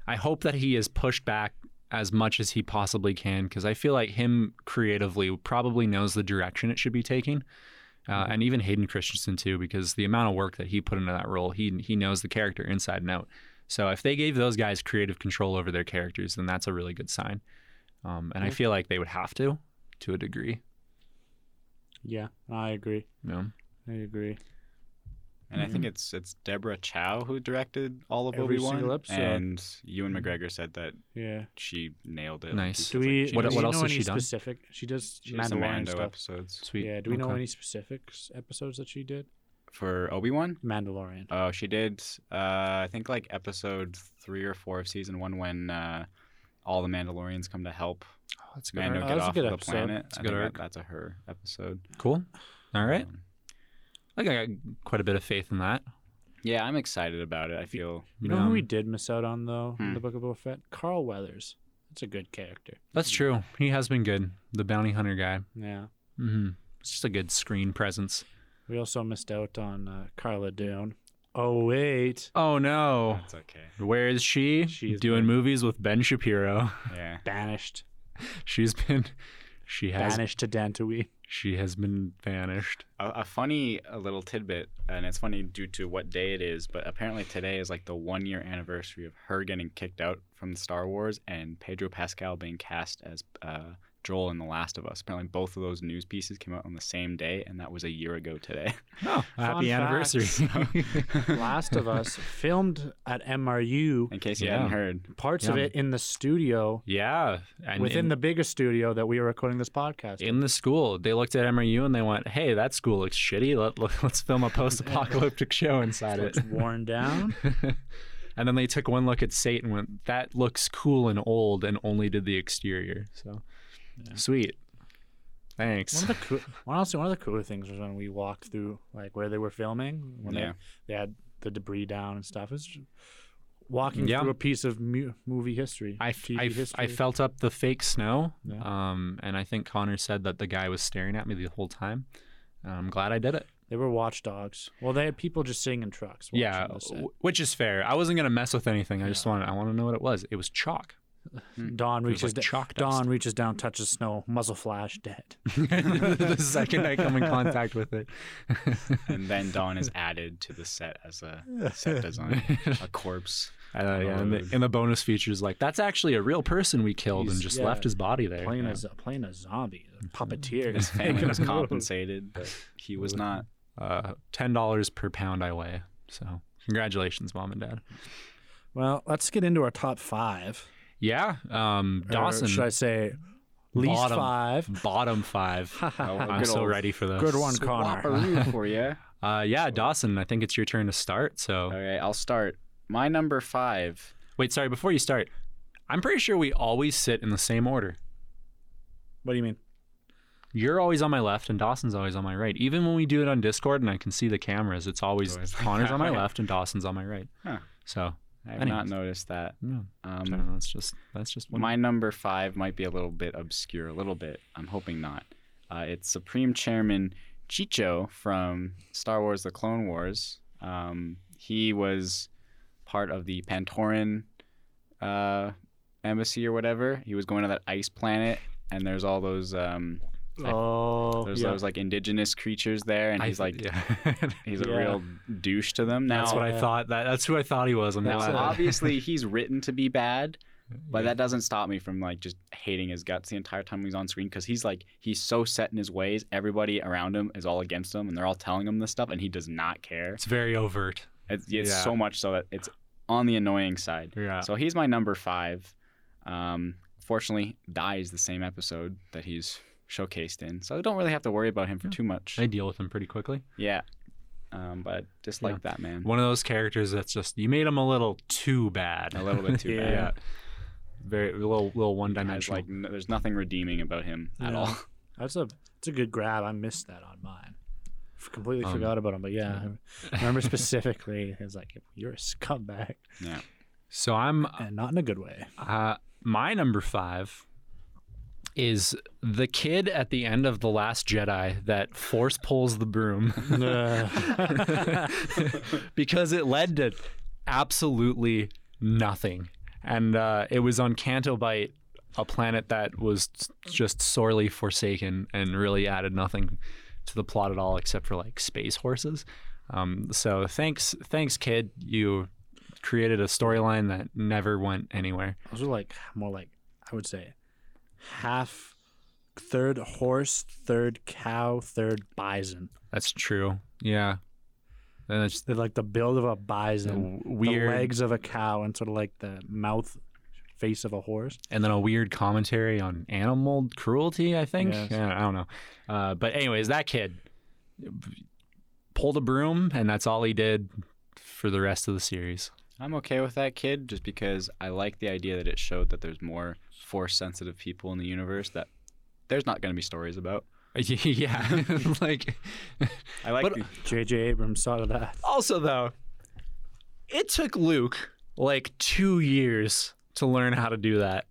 [SPEAKER 3] I hope that he is pushed back as much as he possibly can because I feel like him creatively probably knows the direction it should be taking, uh,
[SPEAKER 9] Mm-hmm.
[SPEAKER 3] and even Hayden Christensen too because the amount of work that he put into that role, he he knows the character inside and out. So if they gave those guys creative control over their characters, then that's a really good sign. Um, and I feel like they would have to, to a degree.
[SPEAKER 9] Yeah, I agree.
[SPEAKER 3] You know?
[SPEAKER 9] I agree.
[SPEAKER 2] And I think it's it's Deborah Chow who directed all of
[SPEAKER 9] Mm-hmm. Every
[SPEAKER 2] Obi
[SPEAKER 9] single
[SPEAKER 2] Wan,
[SPEAKER 9] episode.
[SPEAKER 2] and Ewan McGregor said that
[SPEAKER 9] Yeah.
[SPEAKER 2] she nailed it.
[SPEAKER 3] Nice.
[SPEAKER 2] Like,
[SPEAKER 9] Do
[SPEAKER 2] she-
[SPEAKER 9] we?
[SPEAKER 2] she
[SPEAKER 3] What-
[SPEAKER 9] do
[SPEAKER 2] was-
[SPEAKER 9] we
[SPEAKER 3] what else
[SPEAKER 9] know
[SPEAKER 3] has
[SPEAKER 9] any
[SPEAKER 3] she done?
[SPEAKER 9] Specific. She does
[SPEAKER 2] she did some
[SPEAKER 9] Mandalorian
[SPEAKER 2] Mando
[SPEAKER 9] stuff.
[SPEAKER 2] episodes
[SPEAKER 3] Sweet.
[SPEAKER 9] Yeah. Do we know
[SPEAKER 3] Okay.
[SPEAKER 9] any specific s- episodes that she did?
[SPEAKER 2] for Obi Wan.
[SPEAKER 9] Mandalorian.
[SPEAKER 2] Oh, she did. Uh, I think like episode three or four of season one when uh, all the Mandalorians come to help
[SPEAKER 3] Oh, that's a good.
[SPEAKER 2] Mando
[SPEAKER 3] arc.
[SPEAKER 9] arc.
[SPEAKER 2] get
[SPEAKER 9] That's a
[SPEAKER 2] off
[SPEAKER 9] good
[SPEAKER 2] the
[SPEAKER 9] episode.
[SPEAKER 2] planet.
[SPEAKER 3] That's a
[SPEAKER 2] I
[SPEAKER 3] good
[SPEAKER 2] think that-
[SPEAKER 3] arc.
[SPEAKER 2] that's a her episode.
[SPEAKER 3] Cool. All right.
[SPEAKER 2] Um,
[SPEAKER 3] I think I got quite a bit of faith in that.
[SPEAKER 2] yeah, I'm excited about it. I feel
[SPEAKER 9] You know who
[SPEAKER 3] Um,
[SPEAKER 9] we did miss out on though in
[SPEAKER 2] Hmm.
[SPEAKER 9] the Book of Boba Fett? Carl Weathers. That's a good character.
[SPEAKER 3] That's true. He has been good. The bounty hunter guy.
[SPEAKER 9] Yeah.
[SPEAKER 3] Mm-hmm. It's just a good screen presence.
[SPEAKER 9] We also missed out on uh, Carla Dune. Oh wait,
[SPEAKER 3] Oh no.
[SPEAKER 2] it's okay.
[SPEAKER 3] Where is she?
[SPEAKER 9] She's
[SPEAKER 3] doing
[SPEAKER 9] been-
[SPEAKER 3] movies with Ben Shapiro. *laughs*
[SPEAKER 2] Yeah.
[SPEAKER 9] banished,
[SPEAKER 3] She's been. She has.
[SPEAKER 9] banished to Dantooine.
[SPEAKER 3] *laughs* She has been banished.
[SPEAKER 2] A, a funny uh little tidbit, and it's funny due to what day it is, but apparently today is like the one year anniversary of her getting kicked out from Star Wars and Pedro Pascal being cast as uh, Joel and The Last of Us. Apparently, both of those news pieces came out on the same day, and that was a year ago today. *laughs*
[SPEAKER 3] Oh, happy
[SPEAKER 9] fact.
[SPEAKER 3] anniversary. *laughs*
[SPEAKER 9] Last of Us filmed at MRU.
[SPEAKER 2] In case you
[SPEAKER 3] Yeah.
[SPEAKER 2] hadn't heard,
[SPEAKER 9] Parts of it in the studio
[SPEAKER 3] yeah. And
[SPEAKER 9] within
[SPEAKER 3] in,
[SPEAKER 9] the bigger studio that we are recording this podcast.
[SPEAKER 3] in the school, they looked at MRU and they went, "Hey, that school looks shitty. Let, let, let's film a
[SPEAKER 9] *laughs*
[SPEAKER 3] post-apocalyptic show inside it."
[SPEAKER 9] it's
[SPEAKER 3] *laughs*
[SPEAKER 9] worn down.
[SPEAKER 3] And then they took one look at Satan and went, "That looks cool and old," and only did the exterior. So sweet. Thanks.
[SPEAKER 9] One of the coo- one, honestly, one of the cooler things was when we walked through like where they were filming when
[SPEAKER 2] Yeah.
[SPEAKER 9] they, they had the debris down and stuff. It was just walking
[SPEAKER 3] Yeah.
[SPEAKER 9] through a piece of mu- movie history.
[SPEAKER 3] I, f-
[SPEAKER 9] TV
[SPEAKER 3] I f- I felt up the fake snow,
[SPEAKER 9] Yeah.
[SPEAKER 3] um, and I think Connor said that the guy was staring at me the whole time. And I'm glad I did it.
[SPEAKER 9] they were watchdogs. Well, they had people just sitting in trucks. watching
[SPEAKER 3] Yeah,
[SPEAKER 9] the set.
[SPEAKER 3] w- which is fair. I wasn't gonna mess with anything. I just wanted I want to know what it was. It was
[SPEAKER 9] *laughs*
[SPEAKER 3] chalk. *laughs*
[SPEAKER 9] Don
[SPEAKER 3] mm. was
[SPEAKER 9] reaches
[SPEAKER 3] like
[SPEAKER 9] da-
[SPEAKER 3] chalk dust.
[SPEAKER 9] Don reaches down, touches snow, muzzle flash, dead.
[SPEAKER 3] the second I come in contact with it. *laughs*
[SPEAKER 2] and then Dawn is added to the set as a set design, a corpse.
[SPEAKER 3] I know, Uh, yeah, and the, and the bonus features like that's actually a real person we killed and
[SPEAKER 9] He's-
[SPEAKER 3] just
[SPEAKER 9] yeah.
[SPEAKER 3] left his body there. Mm-hmm.
[SPEAKER 9] Playing
[SPEAKER 3] Yeah.
[SPEAKER 9] as playing a zombie, a puppeteer.
[SPEAKER 2] His family was compensated, but he was not.
[SPEAKER 3] uh, ten dollars per pound I weigh. So congratulations, mom and dad.
[SPEAKER 9] *laughs* well, let's get into our top five.
[SPEAKER 3] Yeah, um,
[SPEAKER 9] Or
[SPEAKER 3] Dawson.
[SPEAKER 9] should I say, least
[SPEAKER 3] bottom,
[SPEAKER 9] five?
[SPEAKER 2] *laughs*
[SPEAKER 3] Bottom five.
[SPEAKER 2] Oh,
[SPEAKER 3] I'm
[SPEAKER 2] good
[SPEAKER 3] so
[SPEAKER 2] old
[SPEAKER 3] ready for this.
[SPEAKER 9] Good one, Connor.
[SPEAKER 2] swapperoo for you.
[SPEAKER 3] Uh, yeah, Dawson. I think it's your turn to start. So
[SPEAKER 2] All right, I'll start. My number five.
[SPEAKER 3] wait, sorry. Before you start, I'm pretty sure we always sit in the same order.
[SPEAKER 9] What do you mean?
[SPEAKER 3] You're always on my left, and Dawson's always on my right. Even when we do it on Discord, and I can see the cameras, it's always,
[SPEAKER 2] Always like
[SPEAKER 3] Connor's
[SPEAKER 2] that,
[SPEAKER 3] on my
[SPEAKER 2] right?
[SPEAKER 3] left and Dawson's on my right.
[SPEAKER 2] Huh.
[SPEAKER 3] So
[SPEAKER 2] I have
[SPEAKER 3] Anyways.
[SPEAKER 2] not noticed that.
[SPEAKER 3] no, I don't
[SPEAKER 2] Um,
[SPEAKER 3] know, that's just that's just one.
[SPEAKER 2] my number five might be a little bit obscure, a little bit. I'm hoping not. Uh, it's Supreme Chairman Chicho from Star Wars: The Clone Wars. Um, he was part of the Pantoran uh, embassy or whatever. He was going to that ice planet, and there's all those um,
[SPEAKER 9] Oh,
[SPEAKER 2] there's
[SPEAKER 9] yeah.
[SPEAKER 2] those like indigenous creatures there, and
[SPEAKER 3] I-
[SPEAKER 2] he's like
[SPEAKER 3] yeah.
[SPEAKER 2] *laughs* he's a
[SPEAKER 9] Yeah.
[SPEAKER 2] real douche to them. Now
[SPEAKER 3] *laughs* That's what I thought. That, that's who I thought he was. I'm
[SPEAKER 2] Now,
[SPEAKER 3] glad. *laughs*
[SPEAKER 2] obviously, he's written to be bad, but that doesn't stop me from like just hating his guts the entire time he's on screen because he's like he's so set in his ways. Everybody around him is all against him, and they're all telling him this stuff, and he does not care.
[SPEAKER 3] it's very overt.
[SPEAKER 2] It's, it's
[SPEAKER 3] Yeah.
[SPEAKER 2] so much so that it's on the annoying side.
[SPEAKER 3] Yeah.
[SPEAKER 2] So he's my number five. Um, fortunately, dies the same episode that he's showcased in, so I don't really have to worry about him for too much.
[SPEAKER 3] I deal with him pretty quickly.
[SPEAKER 2] Yeah. Um, but just like that man,
[SPEAKER 3] One of those characters that's just you made him a little too bad.
[SPEAKER 2] a little bit too
[SPEAKER 3] *laughs* yeah.
[SPEAKER 2] bad.
[SPEAKER 3] Very little little one
[SPEAKER 2] Has,
[SPEAKER 3] dimensional.
[SPEAKER 2] like n- there's nothing redeeming about him at
[SPEAKER 9] Yeah.
[SPEAKER 2] all. *laughs*
[SPEAKER 9] That's a it's a good grab. I missed that on mine. F- Completely
[SPEAKER 3] Um,
[SPEAKER 9] forgot about him, but yeah, I remember specifically. It was like you're a scumbag,
[SPEAKER 2] Yeah.
[SPEAKER 3] so I'm
[SPEAKER 9] and not in a
[SPEAKER 3] *laughs*
[SPEAKER 9] good way.
[SPEAKER 3] uh, my number five is the kid at the end of the Last Jedi that force pulls
[SPEAKER 2] *laughs*
[SPEAKER 3] the broom. *laughs* because it led to absolutely nothing. And uh, it was on Canto Bight, a planet that was just sorely forsaken and really added nothing to the plot at all except for like space horses. Um, so thanks, thanks, kid. You created a storyline that never went anywhere.
[SPEAKER 9] Those were like more like I would say half, third horse, third cow, third bison.
[SPEAKER 3] That's true. Yeah. And it's
[SPEAKER 9] They're like the build of a bison,
[SPEAKER 3] w- weird.
[SPEAKER 9] the legs of a cow, and sort of like the mouth, face of a horse.
[SPEAKER 3] and then a weird commentary on animal cruelty. I think.
[SPEAKER 9] Yes.
[SPEAKER 3] Yeah, I don't know. Uh, but anyways, that kid pulled a broom, and that's all he did for the rest of the series.
[SPEAKER 2] I'm okay with that kid just because I like the idea that it showed that there's more force sensitive people in the universe that there's not going to be stories about.
[SPEAKER 3] *laughs* yeah, *laughs* like
[SPEAKER 2] I like
[SPEAKER 3] But-
[SPEAKER 2] the-
[SPEAKER 9] J.J. Abrams
[SPEAKER 2] *laughs*
[SPEAKER 9] saw that.
[SPEAKER 3] also though, it took Luke like two years to learn how to do that.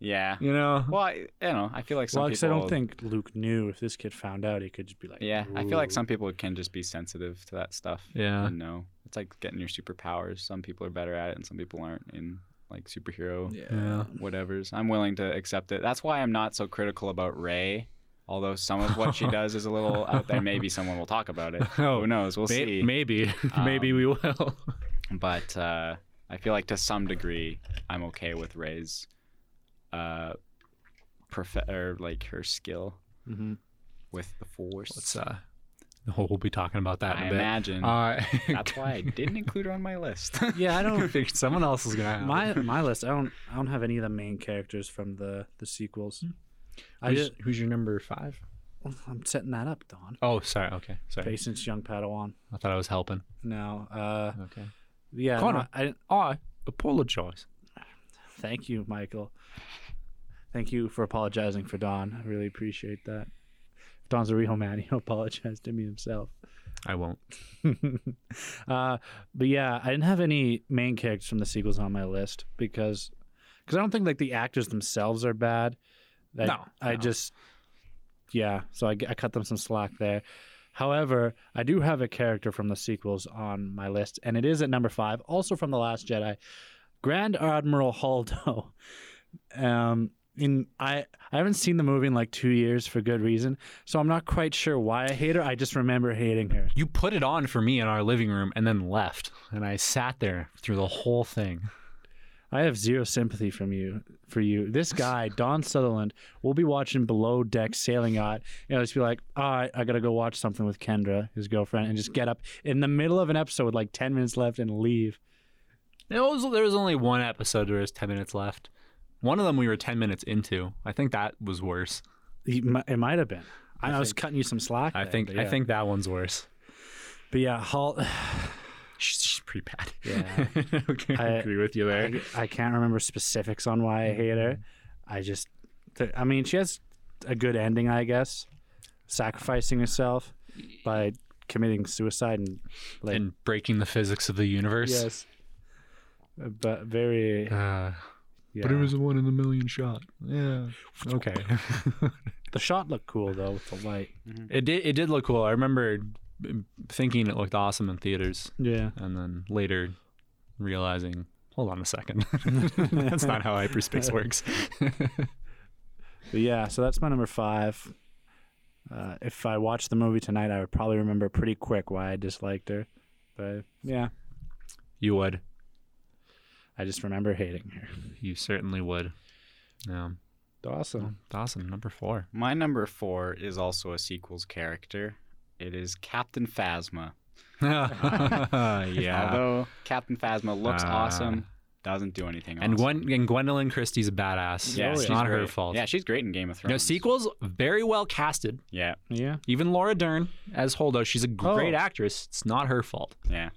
[SPEAKER 2] yeah.
[SPEAKER 3] You know.
[SPEAKER 2] Well, I, you know, I feel like some
[SPEAKER 9] Well, 'cause
[SPEAKER 2] people
[SPEAKER 9] I don't think Luke knew if this kid found out, he could just be like,
[SPEAKER 2] Yeah, I feel like
[SPEAKER 9] "Ooh."
[SPEAKER 2] some people can just be sensitive to that stuff.
[SPEAKER 3] Yeah.
[SPEAKER 2] And know. It's like getting your superpowers. Some people are better at it and some people aren't in like superhero
[SPEAKER 3] Yeah.
[SPEAKER 2] whatevers. I'm willing to accept it. That's why I'm not so critical about Ray. Although some of what she does is a little out
[SPEAKER 3] *laughs*
[SPEAKER 2] there, maybe someone will talk about it.
[SPEAKER 3] Oh,
[SPEAKER 2] Who knows? We'll
[SPEAKER 3] May-
[SPEAKER 2] see.
[SPEAKER 3] Maybe, *laughs* maybe
[SPEAKER 2] Um,
[SPEAKER 3] we will. *laughs*
[SPEAKER 2] but uh, I feel like to some degree I'm okay with Ray's uh, perfect or like her skill
[SPEAKER 9] Mm-hmm.
[SPEAKER 3] Mhm.
[SPEAKER 2] with the
[SPEAKER 3] Let's,
[SPEAKER 2] force.
[SPEAKER 3] uh, we'll be talking about that in
[SPEAKER 2] I
[SPEAKER 3] a bit.
[SPEAKER 2] imagine
[SPEAKER 3] *laughs* Uh,
[SPEAKER 2] that's why I didn't include her on my list. *laughs*
[SPEAKER 9] Yeah,
[SPEAKER 3] *laughs*
[SPEAKER 9] I don't.
[SPEAKER 3] figured someone else was gonna. Have it.
[SPEAKER 9] my my list. I don't. I don't have any of the main characters from the the sequels.
[SPEAKER 2] Hmm.
[SPEAKER 9] I
[SPEAKER 3] who's,
[SPEAKER 9] just.
[SPEAKER 3] who's your number five?
[SPEAKER 9] I'm setting that up, Don.
[SPEAKER 3] Oh, sorry. Okay, sorry.
[SPEAKER 9] Patience, young Padawan.
[SPEAKER 3] I thought I was helping.
[SPEAKER 9] No. Uh.
[SPEAKER 3] Okay.
[SPEAKER 9] Yeah.
[SPEAKER 3] Connor.
[SPEAKER 9] no, I, oh,
[SPEAKER 3] I apologize.
[SPEAKER 9] thank you, Michael. Thank you for apologizing for Don. I really appreciate that. If Don's a real man, *laughs* he'll apologize to me himself.
[SPEAKER 3] I won't.
[SPEAKER 9] *laughs* uh, but yeah, I didn't have any main characters from the sequels on my list because because I don't think like the actors themselves are bad. I,
[SPEAKER 3] No,
[SPEAKER 9] I
[SPEAKER 3] no.
[SPEAKER 9] just yeah, so I, g- I cut them some slack there. However, I do have a character from the sequels on my list, and it is at number five, also from the Last Jedi, Grand Admiral Haldo. *laughs* Um, in I I haven't seen the movie in like two years for good reason, so I'm not quite sure why I hate her. I just remember hating her.
[SPEAKER 3] You put it on for me in our living room and then left, and I sat there through the whole thing.
[SPEAKER 9] I have zero sympathy from you for
[SPEAKER 3] *laughs*
[SPEAKER 9] you. This guy, Don Sutherland, will be watching below deck sailing yacht and I'll just be like, all right, I gotta go watch something with Kendra, his girlfriend, and just get up in the middle of an episode with like ten minutes left and leave.
[SPEAKER 3] There was there was only one episode where there was ten minutes left. One of them we were ten minutes into. I think that was worse.
[SPEAKER 9] He mi- It might have been. I, was cutting you some slack.
[SPEAKER 3] I
[SPEAKER 9] there,
[SPEAKER 3] think
[SPEAKER 9] but
[SPEAKER 3] I
[SPEAKER 9] yeah.
[SPEAKER 3] think that one's worse.
[SPEAKER 9] But yeah, Hall. *sighs*
[SPEAKER 3] She's, she's pretty bad.
[SPEAKER 9] Yeah.
[SPEAKER 3] *laughs* okay, I
[SPEAKER 9] I-
[SPEAKER 3] agree with you there.
[SPEAKER 9] I, I can't remember specifics on why I
[SPEAKER 3] Mm-hmm.
[SPEAKER 9] hate her. I just, th- I mean, she has a good ending, I guess, sacrificing herself by committing suicide and like
[SPEAKER 3] and breaking the physics of the universe.
[SPEAKER 9] Yes. Uh, But very.
[SPEAKER 3] Uh,
[SPEAKER 9] Yeah.
[SPEAKER 3] a one in a million shot. Yeah. Okay.
[SPEAKER 9] the shot looked cool though with the light.
[SPEAKER 3] *laughs* it did. It did look cool. I remember thinking it looked awesome in theaters,
[SPEAKER 9] Yeah.
[SPEAKER 3] and then later realizing, hold on a second, *laughs* that's not how hyperspace works. *laughs*
[SPEAKER 9] But yeah, so that's my number five. Uh, if I watched the movie tonight, I would probably remember pretty quick why I disliked her. But yeah,
[SPEAKER 3] you would.
[SPEAKER 9] I just remember hating her.
[SPEAKER 3] You certainly would. Yeah.
[SPEAKER 9] Awesome.
[SPEAKER 3] Awesome. Number four. *laughs*
[SPEAKER 2] My number four is also a sequel's character. It is Captain Phasma.
[SPEAKER 3] yeah.
[SPEAKER 2] Although Captain Phasma looks
[SPEAKER 3] Ah.
[SPEAKER 2] awesome, doesn't do anything.
[SPEAKER 3] And
[SPEAKER 2] awesome.
[SPEAKER 3] Gwen and Gwendolyn Christie's a badass.
[SPEAKER 2] yeah,
[SPEAKER 3] it's
[SPEAKER 2] she's
[SPEAKER 3] not her
[SPEAKER 2] great.
[SPEAKER 3] fault.
[SPEAKER 2] Yeah, she's great in Game of Thrones.
[SPEAKER 3] no sequels very well casted.
[SPEAKER 2] Yeah,
[SPEAKER 9] Yeah.
[SPEAKER 3] Even Laura Dern as Holdo, she's a great
[SPEAKER 9] Oh.
[SPEAKER 3] actress. It's not her fault.
[SPEAKER 2] yeah.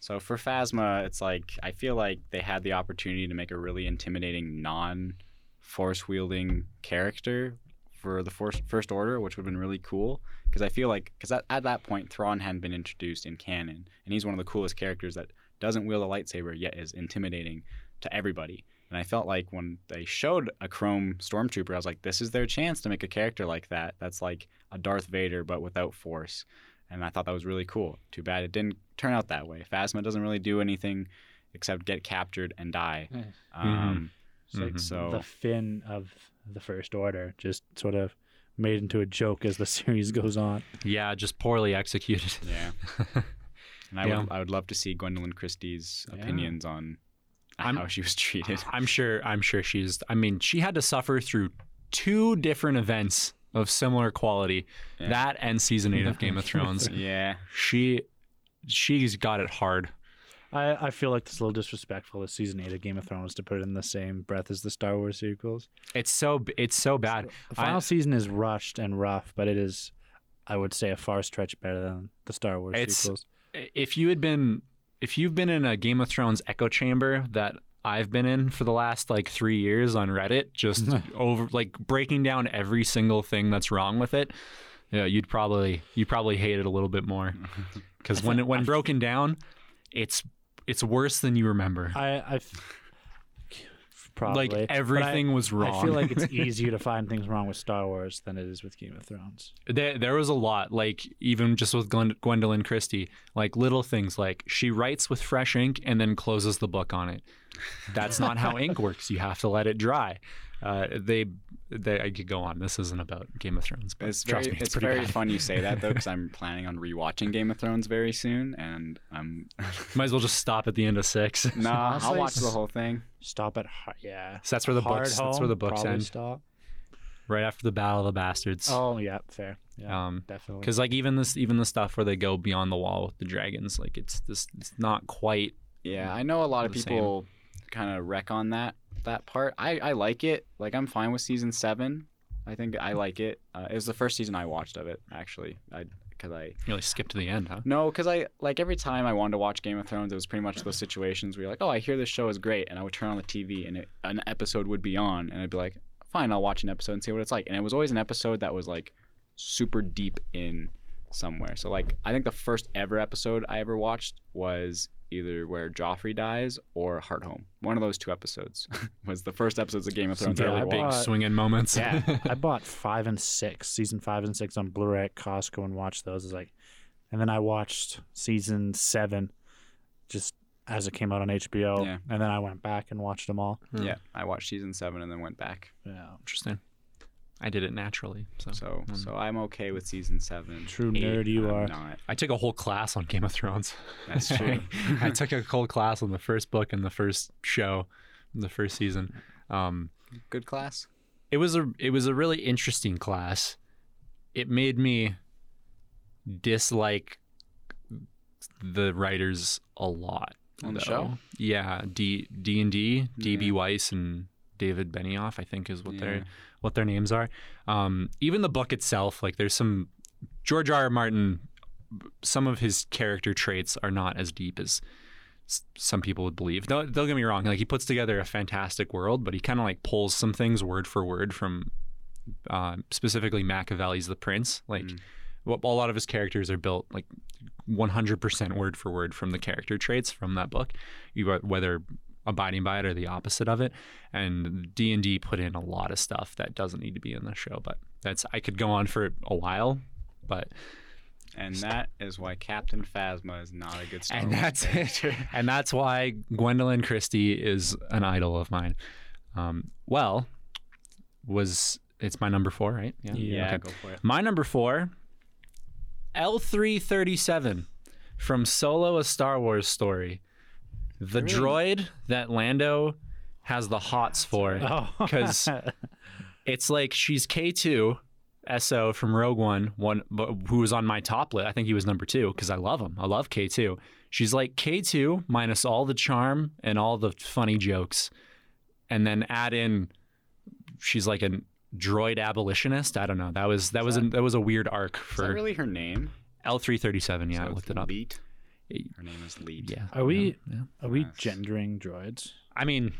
[SPEAKER 2] So for Phasma, it's like I feel like they had the opportunity to make a really intimidating non-force wielding character for the Force First Order, which would have been really cool. Because I feel like because at, at that point Thrawn hadn't been introduced in canon, and he's one of the coolest characters that doesn't wield a lightsaber yet is intimidating to everybody. And I felt like when they showed a chrome stormtrooper, I was like, this is their chance to make a character like that. That's like a Darth Vader, but without force. And I thought that was really cool. Too bad it didn't turn out that way. Phasma doesn't really do anything except get captured and die. Um,
[SPEAKER 9] It's like
[SPEAKER 2] So-
[SPEAKER 9] the fin of the First Order, just sort of made into a joke as the *laughs* series goes on.
[SPEAKER 3] Yeah, just poorly executed.
[SPEAKER 2] Yeah. And I,
[SPEAKER 3] Yeah.
[SPEAKER 2] would, I would love to see Gwendolyn Christie's opinions on
[SPEAKER 3] I'm-
[SPEAKER 2] how she was
[SPEAKER 3] *laughs*
[SPEAKER 2] treated. *laughs*
[SPEAKER 3] *laughs* I'm sure. I'm sure she's. I mean, she had to suffer through two different events of similar quality. That and season eight of Game of Thrones.
[SPEAKER 2] yeah.
[SPEAKER 3] she, she's got it hard.
[SPEAKER 9] I, I feel like it's a little disrespectful to season eight of Game of Thrones to put it in the same breath as the Star Wars sequels.
[SPEAKER 3] It's so. b- It's so bad.
[SPEAKER 9] The
[SPEAKER 3] I-
[SPEAKER 9] final season is rushed and rough, but it is, I would say, a far stretch better than the Star Wars
[SPEAKER 3] It's-
[SPEAKER 9] sequels.
[SPEAKER 3] if you had been, if you've been in a Game of Thrones echo chamber that I've been in for the last like three years on Reddit, just over like breaking down every single thing that's wrong with it. Yeah, you'd probably you probably hate it a little bit more because when it when broken down, it's it's worse than you remember.
[SPEAKER 9] I, I f- probably
[SPEAKER 3] Like
[SPEAKER 9] But I-
[SPEAKER 3] everything was wrong. *laughs*
[SPEAKER 9] I feel like it's easier to find things wrong with Star Wars than it is with Game of Thrones.
[SPEAKER 3] There, there was a lot, like even just with Glen- Gwendolyn Christie, like little things like she writes with fresh ink and then closes the book on it. That's not how ink works. You have to let it dry. Uh, they, they, I could go on. This isn't about Game of Thrones, but
[SPEAKER 2] It's
[SPEAKER 3] trust
[SPEAKER 2] very,
[SPEAKER 3] me, it's,
[SPEAKER 2] it's
[SPEAKER 3] pretty
[SPEAKER 2] very
[SPEAKER 3] bad.
[SPEAKER 2] fun you say that though, because I'm planning on rewatching Game of Thrones very soon, and
[SPEAKER 3] *laughs*
[SPEAKER 2] I'm
[SPEAKER 3] *laughs* Might as well just stop at the end of six.
[SPEAKER 2] *laughs* nah, I'll
[SPEAKER 9] Honestly,
[SPEAKER 2] watch the
[SPEAKER 9] s-
[SPEAKER 2] whole thing.
[SPEAKER 9] Stop at har- yeah.
[SPEAKER 3] So *laughs* that's where the
[SPEAKER 9] Hard
[SPEAKER 3] books- that's where
[SPEAKER 9] Home,
[SPEAKER 3] the books *laughs*
[SPEAKER 9] probably
[SPEAKER 3] end.
[SPEAKER 9] Stop.
[SPEAKER 3] right after the Battle of the Bastards.
[SPEAKER 9] Oh yeah, fair. Yeah,
[SPEAKER 3] Um,
[SPEAKER 9] definitely.
[SPEAKER 3] Because like even this, even the stuff where they go beyond the wall with the dragons, like it's just it's not quite.
[SPEAKER 2] Yeah, I know a lot of
[SPEAKER 3] the same.
[SPEAKER 2] people kind of wreck on that that part. I I like it. Like I'm fine with season seven. I think I like it. Uh, it was the first season I watched of it actually. I because I
[SPEAKER 3] You really skip to the end, huh?
[SPEAKER 2] no because I like every time I wanted to watch Game of Thrones, it was pretty much those situations where you're like, oh, I hear this show is great, and I would turn on the TV and it, an episode would be on, and I'd be like, fine, I'll watch an episode and see what it's like. And it was always an episode that was like super deep in somewhere. So like I think the first ever episode I ever watched was either where Joffrey dies or Heart Home. One of those two episodes *laughs* was the first episodes of Game of Thrones. I
[SPEAKER 3] Really
[SPEAKER 2] ever
[SPEAKER 9] Yeah,
[SPEAKER 3] big
[SPEAKER 9] well,
[SPEAKER 2] watched.
[SPEAKER 3] swinging
[SPEAKER 2] *laughs*
[SPEAKER 3] moments. *laughs*
[SPEAKER 2] Yeah.
[SPEAKER 9] I bought five and six, season five and six on Blu-ray at Costco and watched those. It's like, and then I watched season seven, just as it came out on HBO,
[SPEAKER 2] Yeah.
[SPEAKER 9] and then I went back and watched them all.
[SPEAKER 2] yeah, I watched season seven and then went back.
[SPEAKER 9] Yeah,
[SPEAKER 3] Interesting. I did it naturally. So,
[SPEAKER 2] So
[SPEAKER 3] Mm.
[SPEAKER 2] so I'm okay with season seven.
[SPEAKER 9] True
[SPEAKER 2] Eight,
[SPEAKER 9] nerd you
[SPEAKER 2] I'm
[SPEAKER 9] are.
[SPEAKER 2] Not.
[SPEAKER 3] I took a whole class on Game of Thrones.
[SPEAKER 2] That's
[SPEAKER 3] *laughs*
[SPEAKER 2] true.
[SPEAKER 3] I took a whole class on the first book and the first show, the first season. Um,
[SPEAKER 2] Good *laughs* class.
[SPEAKER 3] it was a it was a really interesting class. It made me dislike the writers a lot.
[SPEAKER 2] On the
[SPEAKER 3] though.
[SPEAKER 2] show?
[SPEAKER 3] yeah, D D and D, D B
[SPEAKER 2] Yeah.
[SPEAKER 3] Weiss and David Benioff, I think is what
[SPEAKER 2] Yeah.
[SPEAKER 3] their what their names are. Um, even the book itself, like there's some George R. R. Martin. Some of his character traits are not as deep as s- some people would believe. Don't, don't get me wrong. Like he puts together a fantastic world, but he kind of like pulls some things word for word from uh, specifically Machiavelli's The Prince. Like wh- a lot of his characters are built like 100% word for word from the character traits from that book, you wh- whether abiding by it or the opposite of it. And D and D put in a lot of stuff that doesn't need to be in the show. But that's I could go on for a while, but
[SPEAKER 2] And that is why Captain Phasma is not a good Star
[SPEAKER 3] and
[SPEAKER 2] Wars
[SPEAKER 3] that's it.
[SPEAKER 2] character.
[SPEAKER 3] *laughs* And that's why Gwendolyn Christie is an idol of mine. Um, well, was it's my number four, right?
[SPEAKER 2] yeah,
[SPEAKER 3] Okay.
[SPEAKER 2] go for it.
[SPEAKER 3] My number four, L337 from Solo, a Star Wars story. The droid that Lando has the
[SPEAKER 2] *laughs*
[SPEAKER 3] hots for.
[SPEAKER 9] Oh, *laughs*
[SPEAKER 3] Because it's like she's K2 SO from Rogue One, one but who was on my top list. I think he was number two because I love him. I love K2. She's like K2 minus all the charm and all the funny jokes. And then add in she's like a droid abolitionist. I don't know. That was that was a, that was a weird arc
[SPEAKER 2] Is that
[SPEAKER 3] for
[SPEAKER 2] really her name?
[SPEAKER 3] L three thirty seven. Yeah,
[SPEAKER 2] So
[SPEAKER 3] I
[SPEAKER 2] it's
[SPEAKER 3] looked it up.
[SPEAKER 2] Leet. Her name is Leet.
[SPEAKER 3] Yeah.
[SPEAKER 9] Are we-
[SPEAKER 3] Yeah.
[SPEAKER 9] are we gendering droids?
[SPEAKER 3] I mean,